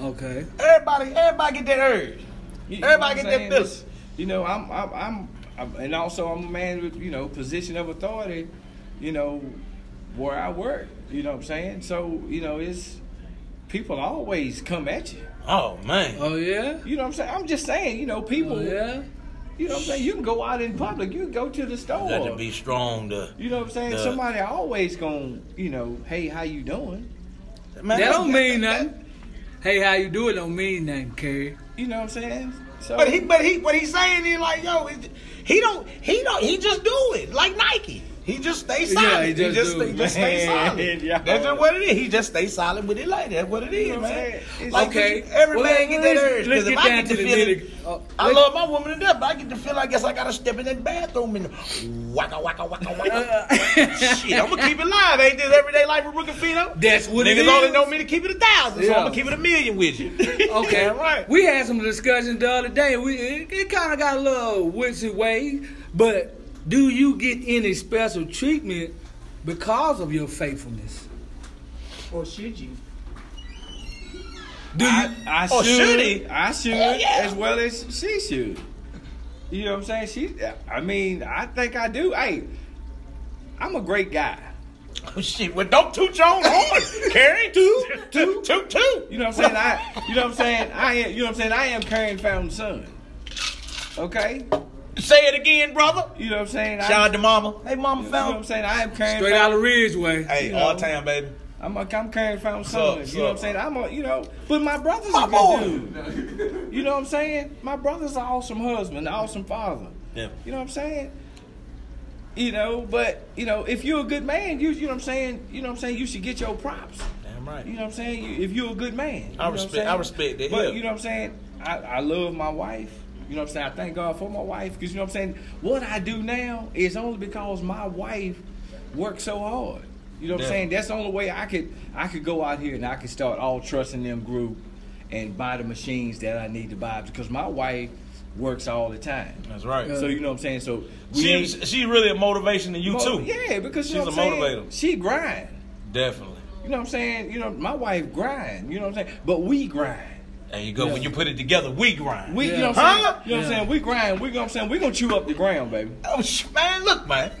[SPEAKER 2] Okay.
[SPEAKER 1] Everybody, everybody get that urge.
[SPEAKER 4] You- you know
[SPEAKER 1] Everybody
[SPEAKER 4] what
[SPEAKER 1] get
[SPEAKER 4] I'm
[SPEAKER 1] that
[SPEAKER 4] saying?
[SPEAKER 1] feeling.
[SPEAKER 4] It's- You know, I'm, I'm, I'm, I'm, and also I'm a man with, you know, position of authority, you know, where I work. You know what I'm saying? So, you know, it's people always come at you.
[SPEAKER 1] Oh man.
[SPEAKER 2] Oh yeah.
[SPEAKER 4] You know what I'm saying? I'm just saying, you know, people,
[SPEAKER 2] Oh yeah.
[SPEAKER 4] you know what I'm saying? You can go out in public, you can go to the store.
[SPEAKER 1] Got to be strong, to
[SPEAKER 4] you know what I'm saying?
[SPEAKER 1] the-
[SPEAKER 4] Somebody always going, to you know, hey, how you doing?
[SPEAKER 1] Man,
[SPEAKER 2] That don't mean nothing. Hey, how you do it don't mean nothing, Kerry.
[SPEAKER 4] You know what I'm saying? So
[SPEAKER 1] But he, but he, what he's saying is like, yo, it, he don't, he don't, he just do it like Nike. He just stay
[SPEAKER 2] Yeah,
[SPEAKER 1] solid.
[SPEAKER 2] he
[SPEAKER 1] he
[SPEAKER 2] just
[SPEAKER 1] just,
[SPEAKER 2] do
[SPEAKER 1] stay,
[SPEAKER 2] it.
[SPEAKER 1] just stay
[SPEAKER 4] Man,
[SPEAKER 1] solid.
[SPEAKER 4] yeah.
[SPEAKER 1] That's just what it is. He just stay solid with it like that. That's what it is,
[SPEAKER 4] know what
[SPEAKER 1] man.
[SPEAKER 4] I'm saying? It's-
[SPEAKER 1] Like,
[SPEAKER 2] Okay.
[SPEAKER 1] every
[SPEAKER 2] Well,
[SPEAKER 1] man get that
[SPEAKER 2] let's-
[SPEAKER 1] urge. Because
[SPEAKER 2] let's
[SPEAKER 1] if
[SPEAKER 2] get
[SPEAKER 1] I
[SPEAKER 2] down
[SPEAKER 1] get
[SPEAKER 2] to
[SPEAKER 1] the
[SPEAKER 2] the
[SPEAKER 1] feeling,
[SPEAKER 2] nitty- uh,
[SPEAKER 1] I
[SPEAKER 2] let's-
[SPEAKER 1] love my woman to death, but I get the feeling. I guess I gotta step in that bathroom and waka waka waka
[SPEAKER 2] Uh,
[SPEAKER 1] waka. Shit, I'm gonna keep it live. Ain't this everyday life with Rookie Fino?
[SPEAKER 2] That's what it
[SPEAKER 1] Niggas
[SPEAKER 2] is.
[SPEAKER 1] only know me to keep it a thousand, so
[SPEAKER 2] Yeah.
[SPEAKER 1] I'm gonna keep it a million with you.
[SPEAKER 2] Okay,
[SPEAKER 1] Damn right.
[SPEAKER 2] We had some discussions the other day. We it, it kind of got a little witchy way, but do you get any special treatment because of your faithfulness?
[SPEAKER 5] Or should you?
[SPEAKER 2] Do you?
[SPEAKER 4] I, I
[SPEAKER 1] Oh,
[SPEAKER 4] should.
[SPEAKER 1] should he?
[SPEAKER 4] I should
[SPEAKER 1] Hell yeah.
[SPEAKER 4] as well as she should. You know what I'm saying? She. I mean, I think I do. Hey, I'm a great guy.
[SPEAKER 1] Oh, shit, well, don't toot your own horn, Carrie. Toot, toot, toot, toot.
[SPEAKER 4] You know what I'm saying? I. You know what I'm saying? I am. You know what I'm saying? I am Karen Fountain's son. Okay.
[SPEAKER 1] Say it again, brother.
[SPEAKER 4] You know what I'm saying?
[SPEAKER 1] Shout
[SPEAKER 4] I,
[SPEAKER 1] out to mama. Hey, mama
[SPEAKER 4] you know what I'm
[SPEAKER 1] found.
[SPEAKER 4] saying? I am Karen.
[SPEAKER 2] Straight out of Ridgeway.
[SPEAKER 1] Hey,
[SPEAKER 4] You
[SPEAKER 1] all
[SPEAKER 4] know.
[SPEAKER 1] time, baby.
[SPEAKER 4] I'm a, I'm Karen Fountain's
[SPEAKER 1] Sup,
[SPEAKER 4] son. you know what I'm
[SPEAKER 1] sup.
[SPEAKER 4] saying? I'm a. You know, but my brother's
[SPEAKER 1] My
[SPEAKER 4] a
[SPEAKER 1] boy.
[SPEAKER 4] good dude. You know what I'm saying? My brother's an awesome husband, an awesome father.
[SPEAKER 1] Yeah.
[SPEAKER 4] You know what I'm saying? You know, but you know, if you're a good man, you you know what I'm saying. You know what I'm saying. You should get your props.
[SPEAKER 1] Damn
[SPEAKER 4] You
[SPEAKER 1] right.
[SPEAKER 4] know what I'm saying. You, if you're a good man, you
[SPEAKER 1] I
[SPEAKER 4] know what I'm
[SPEAKER 1] respect-
[SPEAKER 4] saying?
[SPEAKER 1] I respect that,
[SPEAKER 4] But
[SPEAKER 1] yeah.
[SPEAKER 4] you know what I'm saying. I, I love my wife. You know what I'm saying. I thank God for my wife because you know what I'm saying. What I do now is only because my wife worked so hard. You know what
[SPEAKER 1] Yeah.
[SPEAKER 4] I'm saying. That's the only way I could I could go out here and I could start all trusting them group and buy the machines that I need to buy because my wife works all the time.
[SPEAKER 1] That's right.
[SPEAKER 4] So you know what I'm saying. So we
[SPEAKER 1] She,
[SPEAKER 4] ain't-
[SPEAKER 1] she really a motivation to you,
[SPEAKER 4] Mo-
[SPEAKER 1] too.
[SPEAKER 4] Yeah, because
[SPEAKER 1] She's
[SPEAKER 4] you know
[SPEAKER 1] a
[SPEAKER 4] what I'm
[SPEAKER 1] motivator.
[SPEAKER 4] saying? She grind.
[SPEAKER 1] Definitely.
[SPEAKER 4] You know what I'm saying? You know, my wife grind. You know what I'm saying? But we grind.
[SPEAKER 1] There you go. When you put it together, we grind.
[SPEAKER 4] We,
[SPEAKER 2] Yeah.
[SPEAKER 4] you know what I'm
[SPEAKER 1] Huh?
[SPEAKER 4] saying? You know what I'm
[SPEAKER 2] Yeah.
[SPEAKER 4] saying? We grind. We, you know what I'm saying? We gonna chew up the ground, baby.
[SPEAKER 1] Oh, sh- man, look, man.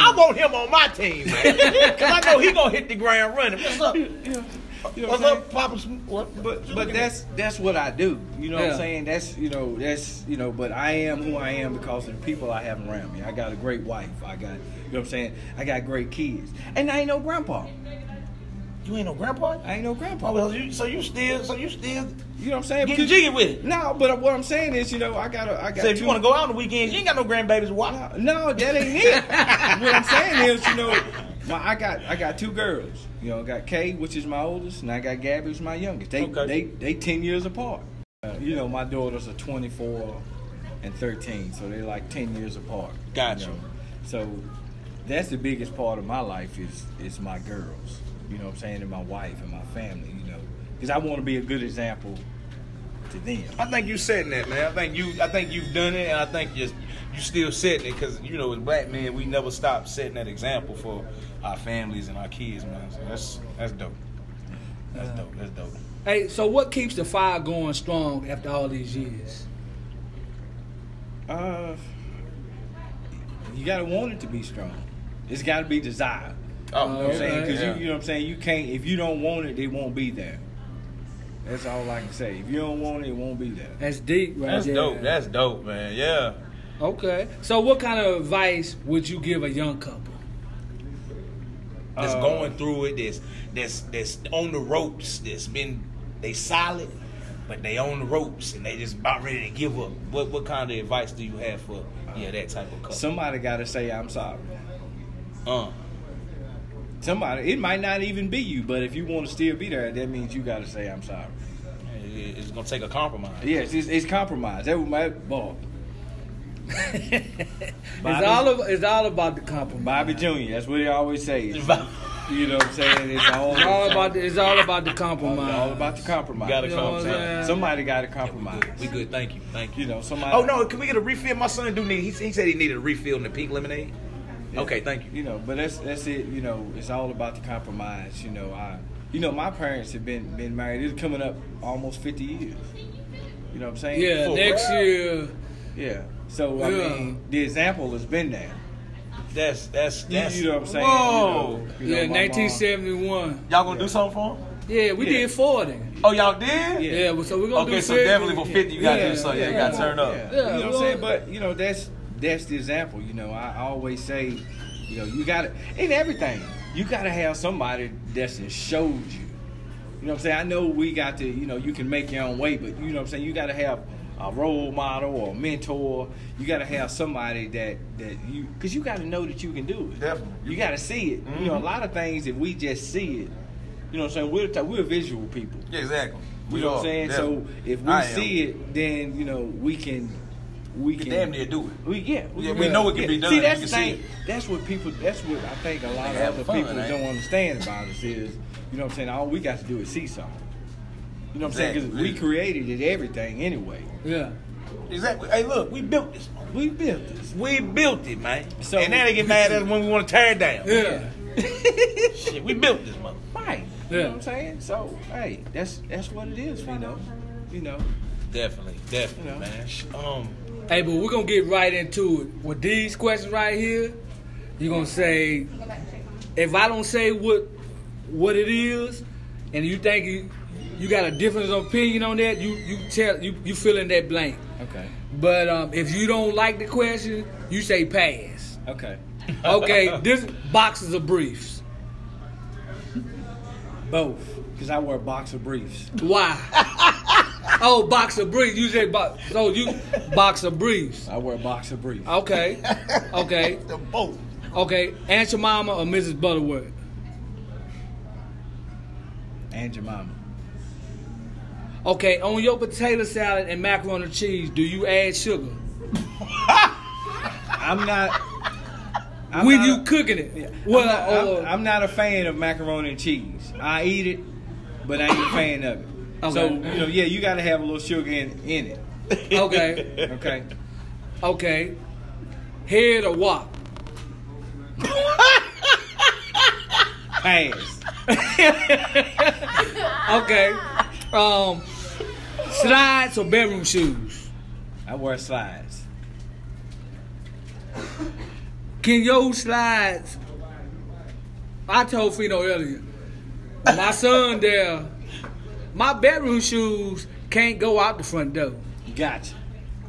[SPEAKER 1] I want him on my team, man. Because I know he going to hit the ground running. What's up?
[SPEAKER 4] You know, you know what
[SPEAKER 1] What's
[SPEAKER 4] I'm saying?
[SPEAKER 1] up, Papa? Sm- What?
[SPEAKER 4] But but that's that's what I do. You know what
[SPEAKER 2] Yeah.
[SPEAKER 4] I'm saying? That's you know that's you know. But I am who I am because of the people I have around me. I got a great wife. I got you know what I'm saying. I got great kids, and I ain't no grandpa.
[SPEAKER 1] You ain't no grandpa?
[SPEAKER 4] I ain't no grandpa.
[SPEAKER 1] Oh, well, you, so you still, so you still
[SPEAKER 4] you know what I'm saying?
[SPEAKER 1] getting
[SPEAKER 4] Because-
[SPEAKER 1] jiggy with it.
[SPEAKER 4] No, but what I'm saying is, you know, I got to I got.
[SPEAKER 1] So if you
[SPEAKER 4] two-
[SPEAKER 1] want to go out on the weekends, you ain't got no grandbabies. Why?
[SPEAKER 4] No, no, that ain't it. what I'm saying is, you know, my, I got I got two girls. You know, I got Kay, which is my oldest, and I got Gabby, who's my youngest. They
[SPEAKER 1] Okay.
[SPEAKER 4] they they ten years apart. Uh, you know, my daughters are 24 and 13, so they're like 10 years apart. you
[SPEAKER 1] Gotcha.
[SPEAKER 4] know. So that's the biggest part of my life is is my girls. You know what I'm saying, and my wife and my family. You know, because I want to be a good example to them.
[SPEAKER 1] I think you setting that, man. I think you, I think you've done it, and I think you, you still setting it because you know, as black men, we never stop setting that example for our families and our kids, man. So that's that's dope. That's dope. That's dope.
[SPEAKER 2] Hey, so what keeps the fire going strong after all these years?
[SPEAKER 4] Uh, you gotta want it to be strong. It's gotta be desired.
[SPEAKER 1] Oh,
[SPEAKER 4] You know what I'm saying? Because
[SPEAKER 1] yeah.
[SPEAKER 4] you, you know what I'm saying. You can't if you don't want it, it won't be there. That's all I can say. If you don't want it, it won't be there.
[SPEAKER 2] That's deep, right
[SPEAKER 1] that's
[SPEAKER 2] there.
[SPEAKER 1] dope. That's dope, man. Yeah.
[SPEAKER 2] okay. So, what kind of advice would you give a young couple?
[SPEAKER 1] that's
[SPEAKER 4] Uh,
[SPEAKER 1] going through it, that's that's that's on the ropes, that's been they solid, but they on the ropes and they just about ready to give up. What what kind of advice do you have for yeah that type of couple?
[SPEAKER 4] Somebody gotta say I'm sorry.
[SPEAKER 1] uh,
[SPEAKER 4] Somebody. It might not even be you, but if you want to still be there, that means you gotta say I'm sorry.
[SPEAKER 1] it- it's gonna take a compromise.
[SPEAKER 4] Yes, it's, it's compromise. That was my boy,
[SPEAKER 2] It's
[SPEAKER 4] Bobby.
[SPEAKER 2] all of, it's all about the compromise.
[SPEAKER 4] Bobby Jr. That's what he always says. You know what I'm saying? It's all,
[SPEAKER 2] It's all about the, it's all about the compromise.
[SPEAKER 4] all about the compromise.
[SPEAKER 1] Gotta
[SPEAKER 2] You know what I'm saying?
[SPEAKER 4] Somebody got to
[SPEAKER 1] we
[SPEAKER 4] compromise.
[SPEAKER 1] good. We good. Thank you. Thank you.
[SPEAKER 4] You know, somebody.
[SPEAKER 1] Oh no! Can we get a refill? My son do need. He, he said he needed a refill in the pink lemonade. Okay, thank you.
[SPEAKER 4] You know, but that's that's it. You know, it's all about the compromise. You know, I. You know, my parents have been been married. It's coming up almost 50 years. You know what I'm saying?
[SPEAKER 2] yeah,
[SPEAKER 1] For
[SPEAKER 2] next year.
[SPEAKER 4] Yeah. So I
[SPEAKER 2] Yeah.
[SPEAKER 4] mean, the example has been there.
[SPEAKER 1] That's that's
[SPEAKER 4] You,
[SPEAKER 1] that's.
[SPEAKER 4] you know what I'm saying?
[SPEAKER 1] Whoa!
[SPEAKER 4] You know,
[SPEAKER 2] yeah,
[SPEAKER 4] you know, my mom-
[SPEAKER 2] 1971.
[SPEAKER 1] Y'all gonna do something for him?
[SPEAKER 2] Yeah, we
[SPEAKER 4] Yeah.
[SPEAKER 2] did 40.
[SPEAKER 1] Oh, y'all did.
[SPEAKER 4] Yeah.
[SPEAKER 2] Yeah, well, so we're gonna do
[SPEAKER 1] Okay, so
[SPEAKER 2] 50.
[SPEAKER 1] definitely for fifty, you gotta
[SPEAKER 4] Yeah,
[SPEAKER 1] do something.
[SPEAKER 4] yeah,
[SPEAKER 1] you gotta turn up.
[SPEAKER 4] Yeah.
[SPEAKER 2] Yeah,
[SPEAKER 4] you know what
[SPEAKER 2] well-
[SPEAKER 4] I'm saying? But you know, that's that's the example. You know, I always say, you know, you gotta in everything, you gotta have somebody that's that showed you. You know what I'm saying? I know we got to, you know, you can make your own way, but you know what I'm saying, you gotta have a role model or a mentor. You gotta have somebody that that you because you gotta know that you can do it.
[SPEAKER 1] Definitely. Mm-hmm.
[SPEAKER 4] You gotta see it. You know, a lot of things if we just see it, you know what I'm saying, we're t- we're visual people.
[SPEAKER 1] Yeah, exactly.
[SPEAKER 4] You know what I'm saying? So if we see it, then you know we can we
[SPEAKER 1] can
[SPEAKER 4] can
[SPEAKER 1] damn near do it.
[SPEAKER 4] We yeah,
[SPEAKER 1] Yeah, we know it can be done.
[SPEAKER 4] See
[SPEAKER 1] You
[SPEAKER 4] that's
[SPEAKER 1] can
[SPEAKER 4] the
[SPEAKER 1] see
[SPEAKER 4] thing.
[SPEAKER 1] it.
[SPEAKER 4] That's what people. That's what I think a lot
[SPEAKER 1] They have
[SPEAKER 4] of other
[SPEAKER 1] fun,
[SPEAKER 4] people
[SPEAKER 1] ain't
[SPEAKER 4] don't
[SPEAKER 1] it?
[SPEAKER 4] understand about us is you know what I'm saying. All we got to do is see something. You know what I'm saying? Because
[SPEAKER 1] Exactly.
[SPEAKER 4] we created it everything anyway.
[SPEAKER 2] Yeah.
[SPEAKER 1] exactly. Hey, look, we built this. mother-
[SPEAKER 4] We built this.
[SPEAKER 1] We built it, man.
[SPEAKER 4] So-
[SPEAKER 1] and now they get mad at us when we want to tear it down.
[SPEAKER 2] Yeah.
[SPEAKER 1] Shit, we built this mother.
[SPEAKER 4] Right. You
[SPEAKER 2] Yeah.
[SPEAKER 4] know what I'm saying? So hey, that's that's what it is. You know. You know.
[SPEAKER 1] Definitely, definitely,
[SPEAKER 4] You know.
[SPEAKER 1] man. Um,
[SPEAKER 2] Hey, but we're gonna get right into it with these questions right here. You're gonna say, if I don't say what what it is, and you think you, you got a different opinion on that, you you tell you you fill in that blank.
[SPEAKER 4] Okay.
[SPEAKER 2] But um, if you don't like the question, you say pass.
[SPEAKER 4] Okay.
[SPEAKER 2] Okay, this boxes of briefs.
[SPEAKER 4] Both. Because I wear boxer briefs.
[SPEAKER 2] Why? oh, boxer briefs. You say box. So you boxer briefs.
[SPEAKER 4] I wear boxer briefs.
[SPEAKER 2] Okay, okay.
[SPEAKER 1] the boat.
[SPEAKER 2] Okay, Aunt Jemima or Mrs. Butterworth?
[SPEAKER 4] And your mama.
[SPEAKER 2] Okay, on your potato salad and macaroni and cheese, do you add sugar?
[SPEAKER 4] I'm not. I'm
[SPEAKER 2] when
[SPEAKER 4] not
[SPEAKER 2] you
[SPEAKER 4] a-
[SPEAKER 2] cooking it?
[SPEAKER 4] I'm,
[SPEAKER 2] Well,
[SPEAKER 4] not, I'm-
[SPEAKER 2] uh,
[SPEAKER 4] I'm not a fan of macaroni and cheese. I eat it, but I ain't a fan of it. So
[SPEAKER 2] Okay.
[SPEAKER 4] you know, yeah, you got to have a little sugar in in it.
[SPEAKER 2] okay,
[SPEAKER 4] Okay.
[SPEAKER 2] okay. Head or what?
[SPEAKER 4] Pass.
[SPEAKER 2] Okay. Um, slides or bedroom shoes?
[SPEAKER 4] I wear slides.
[SPEAKER 2] Can your slides? I told Fino earlier, my son there, my bedroom shoes can't go out the front door.
[SPEAKER 4] Gotcha.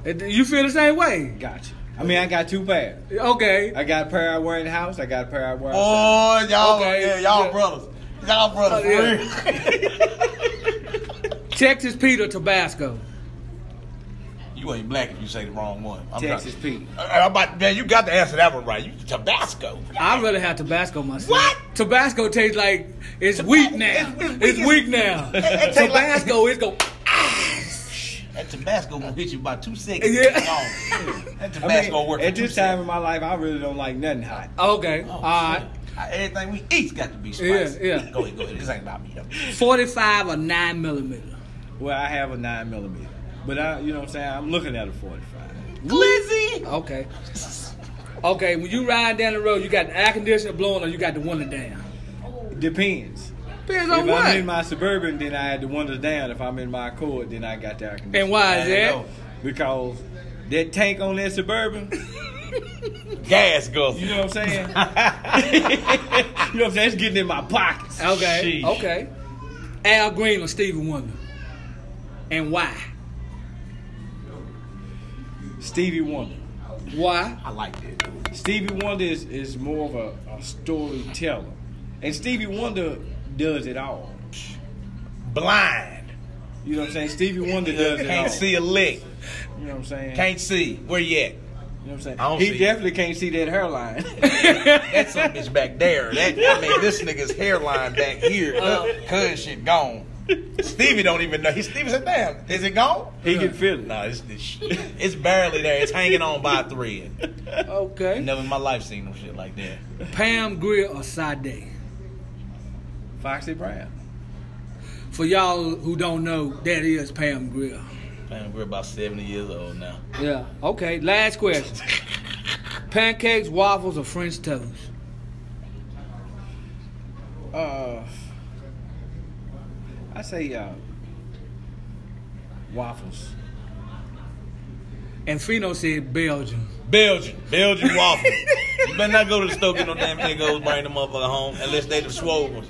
[SPEAKER 2] You feel the same way?
[SPEAKER 4] Gotcha. I mean, I got two pairs.
[SPEAKER 2] Okay.
[SPEAKER 4] I got a pair I wear in the house. I got a pair I wear outside.
[SPEAKER 1] Oh, y'all,
[SPEAKER 2] Okay,
[SPEAKER 1] yeah, y'all
[SPEAKER 2] yeah.
[SPEAKER 1] brothers. Y'all brothers.
[SPEAKER 2] Oh, yeah.
[SPEAKER 1] for real.
[SPEAKER 2] Texas Pete or Tabasco?
[SPEAKER 1] You ain't black if you say the wrong one. I'm
[SPEAKER 4] Texas
[SPEAKER 1] not-
[SPEAKER 4] Pete.
[SPEAKER 1] I- Uh, I'm about, man, you got to answer that one right. You Tabasco.
[SPEAKER 2] I'd rather have Tabasco myself.
[SPEAKER 1] What?
[SPEAKER 2] Tabasco tastes like it's weak now.
[SPEAKER 1] it's- it's
[SPEAKER 2] It's,
[SPEAKER 1] weak as-
[SPEAKER 2] weak now.
[SPEAKER 1] it tastes like-
[SPEAKER 2] Tabasco is go.
[SPEAKER 1] That Tabasco gonna hit you by two seconds.
[SPEAKER 2] Yeah.
[SPEAKER 1] Long. That
[SPEAKER 4] I
[SPEAKER 1] Tabasco
[SPEAKER 4] mean,
[SPEAKER 1] work for
[SPEAKER 4] at
[SPEAKER 1] two
[SPEAKER 4] this time
[SPEAKER 1] seconds.
[SPEAKER 4] in my life, I really don't like nothing hot.
[SPEAKER 2] Okay.
[SPEAKER 1] Oh,
[SPEAKER 2] All right.
[SPEAKER 1] Uh, Everything we eat's got to be spicy.
[SPEAKER 2] uh, Yeah, yeah.
[SPEAKER 1] Go ahead, go ahead. This ain't about me. though.
[SPEAKER 2] 45 or 9 millimeter.
[SPEAKER 4] Well, I have a nine millimeter, but I, you know what I'm saying. I'm looking at a 45.
[SPEAKER 1] Glizzy.
[SPEAKER 2] Okay. Okay, when you ride down the road, you got the air conditioner blowing or you got the window down.
[SPEAKER 4] Depends.
[SPEAKER 2] Depends
[SPEAKER 4] if
[SPEAKER 2] on
[SPEAKER 4] I'm in
[SPEAKER 2] what.
[SPEAKER 4] my suburban, then I had the window down. If I'm in my Accord, then I got the air conditioner.
[SPEAKER 2] And why
[SPEAKER 4] I
[SPEAKER 2] is
[SPEAKER 4] don't
[SPEAKER 2] that?
[SPEAKER 4] know. Because that tank on that suburban,
[SPEAKER 1] Gas guzzle.
[SPEAKER 4] you know what I'm saying? you know what I'm saying? It's getting in my pockets.
[SPEAKER 2] Okay.
[SPEAKER 1] Sheesh.
[SPEAKER 2] Okay. Al Green or Stevie Wonder, and why?
[SPEAKER 4] Stevie Wonder.
[SPEAKER 2] Why?
[SPEAKER 1] I like that. dude.
[SPEAKER 4] Stevie Wonder is, is more of a, a storyteller. And Stevie Wonder does it all.
[SPEAKER 1] Blind.
[SPEAKER 4] You know what I'm saying? Stevie Wonder does it all.
[SPEAKER 1] Can't see a lick.
[SPEAKER 4] You know what I'm saying?
[SPEAKER 1] Can't see. Where you at?
[SPEAKER 4] you know what I'm saying?
[SPEAKER 1] I don't
[SPEAKER 4] he
[SPEAKER 1] see it.
[SPEAKER 4] definitely can't see that hairline.
[SPEAKER 1] That's some bitch back there. That I mean, this nigga's hairline back here. Cuz shit gone. Stevie don't even know. He Stevie said, "Damn, is it gone?"
[SPEAKER 4] he can feel it.
[SPEAKER 1] No, it's it's, it's barely there. It's hanging on by a thread.
[SPEAKER 2] Okay.
[SPEAKER 1] Never in my life seen no shit like that.
[SPEAKER 2] Pam Grier or Sade?
[SPEAKER 4] Foxy Brown.
[SPEAKER 2] For y'all who don't know, that is Pam Grier.
[SPEAKER 1] Man, we're about seventy years old now.
[SPEAKER 2] Yeah. Okay. Last question. Pancakes, waffles, or French toast?
[SPEAKER 4] Uh, I say uh, waffles.
[SPEAKER 2] And Fino said Belgium.
[SPEAKER 1] Belgian, Belgian waffle. you better not go to the store get no damn egos, bring the motherfucker home unless they the swole ones.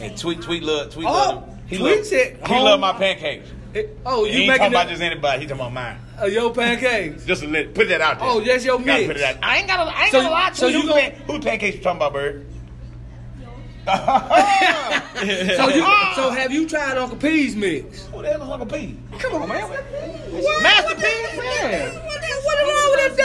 [SPEAKER 1] And tweet, tweet, love, tweet,
[SPEAKER 2] Oh,
[SPEAKER 1] love. He
[SPEAKER 2] Tweet
[SPEAKER 1] love,
[SPEAKER 2] said
[SPEAKER 1] he
[SPEAKER 2] home-
[SPEAKER 1] love my pancakes.
[SPEAKER 2] Eh, oh,
[SPEAKER 1] he
[SPEAKER 2] you
[SPEAKER 1] ain't talking
[SPEAKER 2] making
[SPEAKER 1] about
[SPEAKER 2] that,
[SPEAKER 1] just anybody. He talking about mine.
[SPEAKER 2] uh, your pancakes?
[SPEAKER 1] Just to let put that out there.
[SPEAKER 2] Oh, that's your
[SPEAKER 1] Gotta
[SPEAKER 2] mix.
[SPEAKER 1] put it out. I ain't got a, I ain't
[SPEAKER 2] So
[SPEAKER 1] got a
[SPEAKER 2] you-
[SPEAKER 1] lot.
[SPEAKER 2] so you
[SPEAKER 1] who,
[SPEAKER 2] gon-
[SPEAKER 1] who pancakes you talking about, Bird?
[SPEAKER 2] so you
[SPEAKER 1] Uh-huh.
[SPEAKER 2] so have you tried Uncle P's mix?
[SPEAKER 1] Who the hell is Uncle P? Come on, man.
[SPEAKER 2] What?
[SPEAKER 1] Master
[SPEAKER 2] What
[SPEAKER 1] P.
[SPEAKER 2] the-
[SPEAKER 1] Yeah.
[SPEAKER 2] What the- what wrong with that
[SPEAKER 5] Taking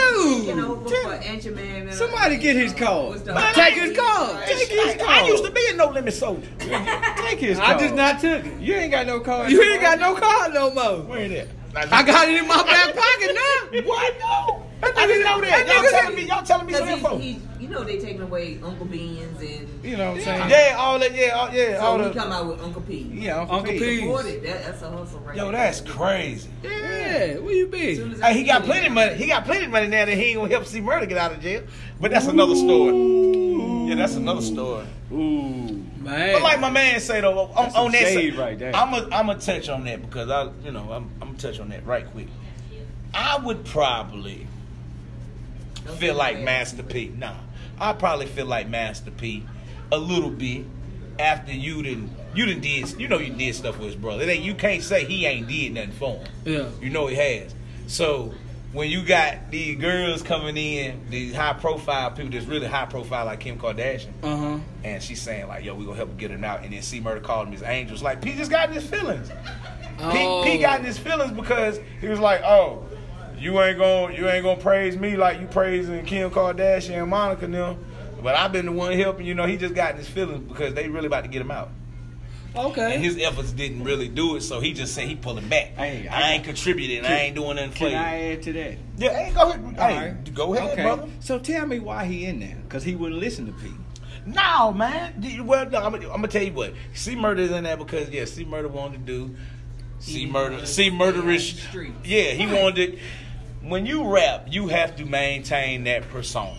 [SPEAKER 2] dude?
[SPEAKER 5] over for uh, Angie Man.
[SPEAKER 4] Somebody get his card.
[SPEAKER 5] Was the-
[SPEAKER 2] Take his card.
[SPEAKER 1] Take his I used to be a no limit soldier.
[SPEAKER 4] Take his
[SPEAKER 2] I
[SPEAKER 4] card.
[SPEAKER 2] just not took it.
[SPEAKER 4] You ain't got no card.
[SPEAKER 2] You ain't got no card no more.
[SPEAKER 1] Where it at?
[SPEAKER 2] I got it in my back pocket now.
[SPEAKER 1] What? No. I
[SPEAKER 2] nigga-
[SPEAKER 1] didn't know that.
[SPEAKER 2] that
[SPEAKER 1] Y'all
[SPEAKER 2] nigga-
[SPEAKER 1] telling me? Y'all telling me some info?
[SPEAKER 5] Because he, he, you know they taking away Uncle Beans and
[SPEAKER 4] You know what I'm saying?
[SPEAKER 1] Yeah, all that. Yeah, all, yeah, all
[SPEAKER 5] so we
[SPEAKER 1] the.
[SPEAKER 5] come out with Uncle P.
[SPEAKER 4] Yeah, Uncle,
[SPEAKER 2] Uncle
[SPEAKER 4] P.
[SPEAKER 2] P.
[SPEAKER 5] That, that's a hustle right
[SPEAKER 1] Yo,
[SPEAKER 5] there.
[SPEAKER 1] that's crazy.
[SPEAKER 2] Yeah, where you been?
[SPEAKER 5] As
[SPEAKER 1] Hey, he got plenty of money. He got plenty of money now that he ain't gonna help see murder get out of jail. But that's another story. Yeah, that's another story.
[SPEAKER 4] Ooh.
[SPEAKER 1] But like my
[SPEAKER 2] Man,
[SPEAKER 1] man say though, on,
[SPEAKER 4] That's some
[SPEAKER 1] on that
[SPEAKER 4] shade
[SPEAKER 1] side,
[SPEAKER 4] right there.
[SPEAKER 1] I'm a I'm a touch on that because I you know I'm I'm gonna touch on that right quick. I would probably feel like Master P. Nah, I probably feel like Master P. A little bit after you didn't you didn't did you know you did stuff with his brother. It ain't, you can't say he ain't did nothing for him.
[SPEAKER 2] Yeah.
[SPEAKER 1] You know he has. So when you got these girls coming in, these high profile people that's really high profile like Kim Kardashian,
[SPEAKER 2] uh huh.
[SPEAKER 1] and she's saying like, "Yo, we gonna help him get him out." And then C Murder called him his angels. Like P just got in his feelings.
[SPEAKER 2] Oh.
[SPEAKER 1] P, P got in his feelings because he was like, "Oh, you ain't gonna you ain't gonna praise me like you praising Kim Kardashian and Monica and them." But I've been the one helping. You know, he just got in his feelings because they really about to get him out. And
[SPEAKER 2] Okay.
[SPEAKER 1] his efforts didn't really do it, so he just said he pulling back.
[SPEAKER 4] Hey,
[SPEAKER 1] I,
[SPEAKER 4] I-
[SPEAKER 1] ain't contributing. I ain't doing nothing for
[SPEAKER 4] Can
[SPEAKER 1] you.
[SPEAKER 4] I add to that?
[SPEAKER 1] yeah, hey, go ahead. Hey,
[SPEAKER 4] Alright.
[SPEAKER 1] go ahead,
[SPEAKER 4] okay.
[SPEAKER 1] brother.
[SPEAKER 4] So tell me why he in there? Cause he wouldn't listen to P.
[SPEAKER 1] No, man. D- Well, no, I'm, gonna- I'm gonna tell you what. C Murder is in that because yeah, C Murder wanted to do C Murder, C Murderish.
[SPEAKER 5] Street.
[SPEAKER 1] Yeah, he wanted. When you rap, you have to maintain that persona,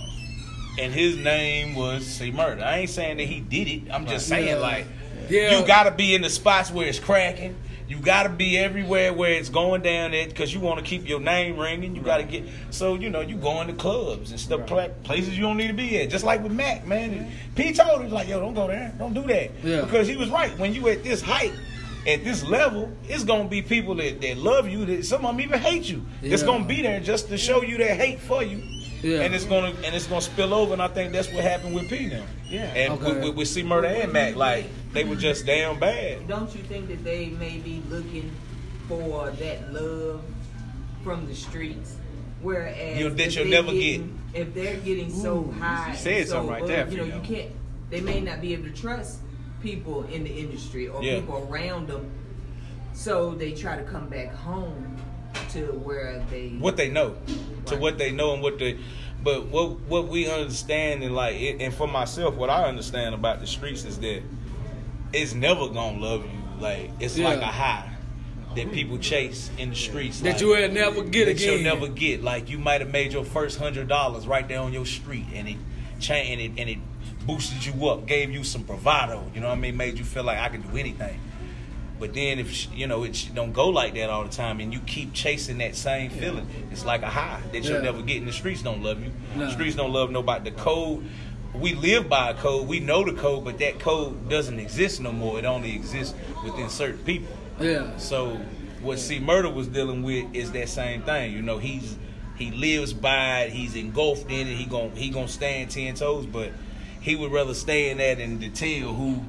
[SPEAKER 1] and his name was C Murder. I ain't saying that he did it. I'm just saying
[SPEAKER 2] Yeah.
[SPEAKER 1] like,
[SPEAKER 2] Yeah.
[SPEAKER 1] you gotta be in the spots where it's cracking. You gotta be everywhere where it's going down at because you want to keep your name ringing. You gotta get so you know you going to clubs and stuff, pla- places you don't need to be at. Just like with Mac, man. P told him like, yo, don't go there, don't do that,
[SPEAKER 2] Yeah.
[SPEAKER 1] because he was right. When you at this height, at this level, it's gonna be people that, that love you that some of them even hate you. It's
[SPEAKER 2] Yeah.
[SPEAKER 1] gonna be there just to show you their hate for you.
[SPEAKER 2] Yeah.
[SPEAKER 1] And it's gonna and it's gonna spill over, and I think that's what happened with P now.
[SPEAKER 4] Yeah.
[SPEAKER 1] and
[SPEAKER 2] Okay.
[SPEAKER 1] with, with, with C Murder and Mac, like they were just damn bad.
[SPEAKER 5] Don't you think that they may be looking for that love from the streets? Whereas
[SPEAKER 1] You- that
[SPEAKER 5] if
[SPEAKER 1] you'll
[SPEAKER 5] they're
[SPEAKER 1] never
[SPEAKER 5] getting- If they're getting so high,
[SPEAKER 4] you
[SPEAKER 5] and
[SPEAKER 4] said
[SPEAKER 5] so
[SPEAKER 4] something right
[SPEAKER 5] up,
[SPEAKER 4] there,
[SPEAKER 5] You know, you
[SPEAKER 4] Fiona.
[SPEAKER 5] can't. They may not be able to trust people in the industry or
[SPEAKER 1] Yeah.
[SPEAKER 5] people around them, so they try to come back home to where they.
[SPEAKER 1] what they know to
[SPEAKER 5] Right.
[SPEAKER 1] what they know and what they but what what we understand and like it, and for myself what i understand about the streets is that it's never gonna love you like it's
[SPEAKER 2] Yeah.
[SPEAKER 1] like a high that people chase in the streets
[SPEAKER 2] That
[SPEAKER 1] like-
[SPEAKER 2] you will never get
[SPEAKER 1] that
[SPEAKER 2] again.
[SPEAKER 1] you'll never get. Like you might have made your first hundred dollars right there on your street, and it cha- and it and it boosted you up, gave you some bravado. You know what I mean? Made you feel like I can do anything. But then if sh- you know it sh- don't go like that all the time, and you keep chasing that same feeling, it's like a high that you'll
[SPEAKER 2] Yeah.
[SPEAKER 1] never get. And the streets don't love you.
[SPEAKER 2] No.
[SPEAKER 1] The streets don't love nobody. The code. We live by a code. We know the code, but that code doesn't exist no more. It only exists within certain people.
[SPEAKER 2] Yeah.
[SPEAKER 1] So what C Murder was dealing with is that same thing. You know, he's he lives by it. He's engulfed in it. He gon' he gonna stand ten toes, but he would rather stay in that and detail who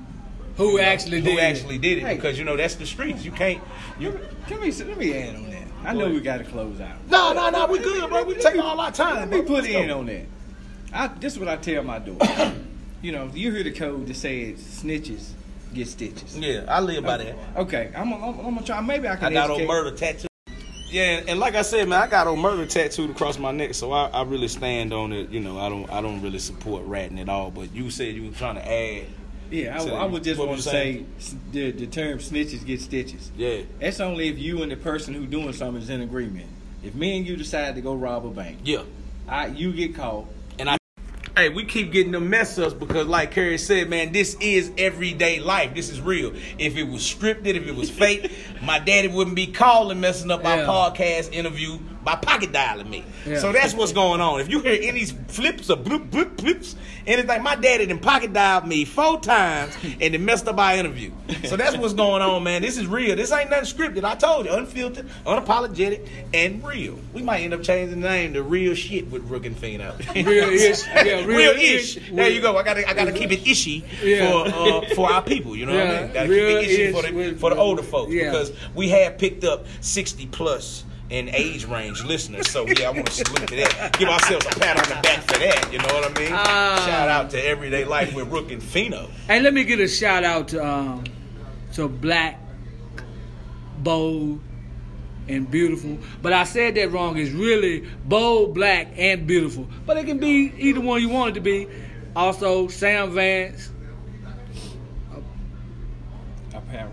[SPEAKER 2] Who actually did?
[SPEAKER 1] who
[SPEAKER 2] it.
[SPEAKER 1] actually did it
[SPEAKER 4] Hey.
[SPEAKER 1] because you know that's the streets. You can't. You
[SPEAKER 4] Can we, let me add on that. I know we got to close out.
[SPEAKER 1] no no no. We good, bro. We taking all our time.
[SPEAKER 4] Let me put in on that. I, this is what I tell my daughter. you know, you hear the code that says snitches get stitches.
[SPEAKER 1] Yeah, I live by that.
[SPEAKER 4] Okay, I'm gonna I'm, gonna try. Maybe I
[SPEAKER 1] I
[SPEAKER 4] can.
[SPEAKER 1] got on
[SPEAKER 4] educate-
[SPEAKER 1] murder tattoo. Yeah, and- and like I said, man, I got on murder tattooed across my neck, so I, I really stand on it. You know, I don't I don't really support ratting at all. But you said you were trying to add,
[SPEAKER 4] Yeah, I,
[SPEAKER 1] So
[SPEAKER 4] I would just
[SPEAKER 1] what
[SPEAKER 4] want to
[SPEAKER 1] you saying?
[SPEAKER 4] say s- the, the term snitches get stitches.
[SPEAKER 1] yeah,
[SPEAKER 4] That's only if you and the person who doing something is in agreement. If me and you decide to go rob a bank,
[SPEAKER 1] yeah.
[SPEAKER 4] I you get caught.
[SPEAKER 1] Hey, we keep getting the mess ups because, like Carrie said, man, this is everyday life. This is real. If it was scripted, if it was fake, my daddy wouldn't be calling messing up
[SPEAKER 2] Yeah.
[SPEAKER 1] our podcast interview by pocket dialing me.
[SPEAKER 2] Yeah.
[SPEAKER 1] So that's what's going on. If you hear any flips or bloop bloop blips, anything, my daddy done pocket dialed me four times and then messed up our interview. So that's what's going on, man. This is real. This ain't nothing scripted. I told you, unfiltered, unapologetic, and real. We might end up changing the name to Real Shit with Rook and Fiend out.
[SPEAKER 2] Real ish. Yeah, real,
[SPEAKER 1] real ish. There
[SPEAKER 2] with-
[SPEAKER 1] you go. I gotta I gotta keep it ishy
[SPEAKER 2] Yeah.
[SPEAKER 1] for uh, for our people. You know what I
[SPEAKER 2] Yeah,
[SPEAKER 1] mean? Gotta
[SPEAKER 2] real
[SPEAKER 1] keep it ishy
[SPEAKER 2] ish
[SPEAKER 1] for the
[SPEAKER 2] with-
[SPEAKER 1] for the older folks
[SPEAKER 2] yeah.
[SPEAKER 1] because we have picked up sixty plus in age range listeners. So yeah, I want to salute to that. Give ourselves a pat on the back for that. You know what I mean?
[SPEAKER 2] Ah.
[SPEAKER 1] Shout out to Everyday Life with Rook and Fino.
[SPEAKER 2] Hey, let me get a shout out to um, to Black, Bold, and Beautiful. But I said that wrong. It's really Bold, Black, and Beautiful. But it can be either one you want it to be. Also, Sam Vance.
[SPEAKER 4] Apparel.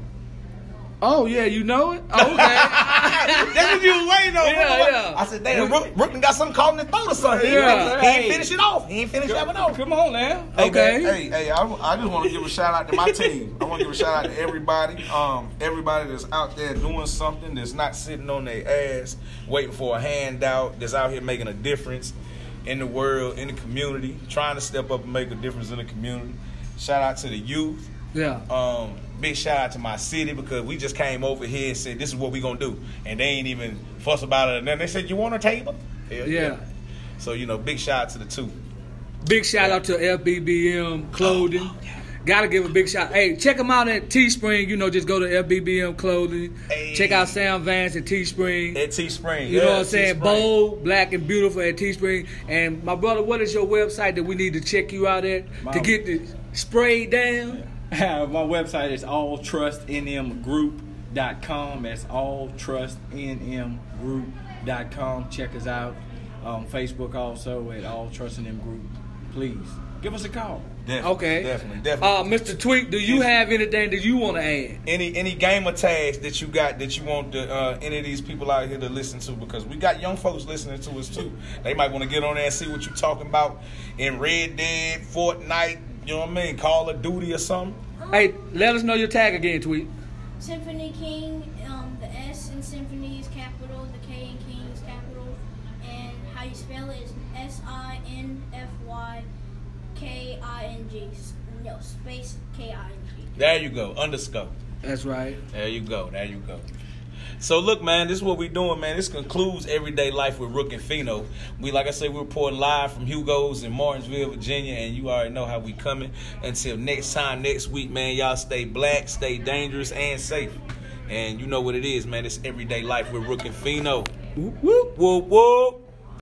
[SPEAKER 2] Oh yeah, you know it. Oh, okay.
[SPEAKER 1] That's what you was waiting on.
[SPEAKER 2] Yeah,
[SPEAKER 1] Rook.
[SPEAKER 2] yeah.
[SPEAKER 1] I said, damn, Rook, Rook done got something caught in his throat or something. He-
[SPEAKER 2] Yeah.
[SPEAKER 1] He, ain't finish it off. He ain't finish that one off.
[SPEAKER 4] Come on now.
[SPEAKER 1] Hey,
[SPEAKER 2] okay.
[SPEAKER 6] Hey, hey, I, I just want to give a shout out to my team. I want to give a shout out to everybody, um, everybody that's out there doing something that's not sitting on their ass waiting for a handout. That's out here making a difference in the world, in the community, trying to step up and make a difference in the community. Shout out to the youth.
[SPEAKER 2] Yeah.
[SPEAKER 6] Um,
[SPEAKER 1] Big shout out to my city because we just came over here and said this is what we gonna do, and they ain't even fuss about it. And then they said, "You want a table?" Hell
[SPEAKER 2] Yeah.
[SPEAKER 1] So you know, big shout out to the two.
[SPEAKER 2] Big shout out to FBBM Clothing.
[SPEAKER 1] Oh,
[SPEAKER 2] Gotta give a big shout. Hey, check them out at Teespring. You know, just go to FBBM Clothing.
[SPEAKER 1] Hey.
[SPEAKER 2] Check out Sam Vance at Teespring.
[SPEAKER 1] At Teespring,
[SPEAKER 2] You know
[SPEAKER 1] yeah,
[SPEAKER 2] what I'm saying?
[SPEAKER 1] Teespring.
[SPEAKER 2] Bold, black, and beautiful at Teespring. And my brother, what is your website that we need to check you out at to
[SPEAKER 4] My-
[SPEAKER 2] get the sprayed down?
[SPEAKER 4] My website is alltrustnmgroup.com. That's alltrustnmgroup.com. Check us out. Um, Facebook also at All Trust in M Group. Please give us a call.
[SPEAKER 6] definitely,
[SPEAKER 2] Okay.
[SPEAKER 6] definitely, definitely.
[SPEAKER 2] Uh, Mr. Tweak, do you have anything that you want to add?
[SPEAKER 1] any any gamer tags that you got that you want the, uh, any of these people out here to listen to because we got young folks listening to us too. They might want to get on there and see what you're talking about in Red Dead, Fortnite. You know what I mean? Call of Duty or something.
[SPEAKER 2] Hey, let us know your tag again, Tweak.
[SPEAKER 3] Symphony King, um, the S in Symphony is capital, the K in King is capital, and how you spell it is S I N F Y K I N G. No, space K I N G.
[SPEAKER 1] There you go. Underscore.
[SPEAKER 2] That's right.
[SPEAKER 1] There you go. There you go. So look, man, this is what we doing, man. This concludes everyday life with Rook and Fino. We, like I said, we're reporting live from Hugo's in Martinsville, Virginia, and you already know how we coming. Until next time, next week, man, y'all stay black, stay dangerous, and safe. And you know what it is, man. It's everyday life with Rook and Fino.
[SPEAKER 2] Whoop, whoop.
[SPEAKER 1] Whoop whoop.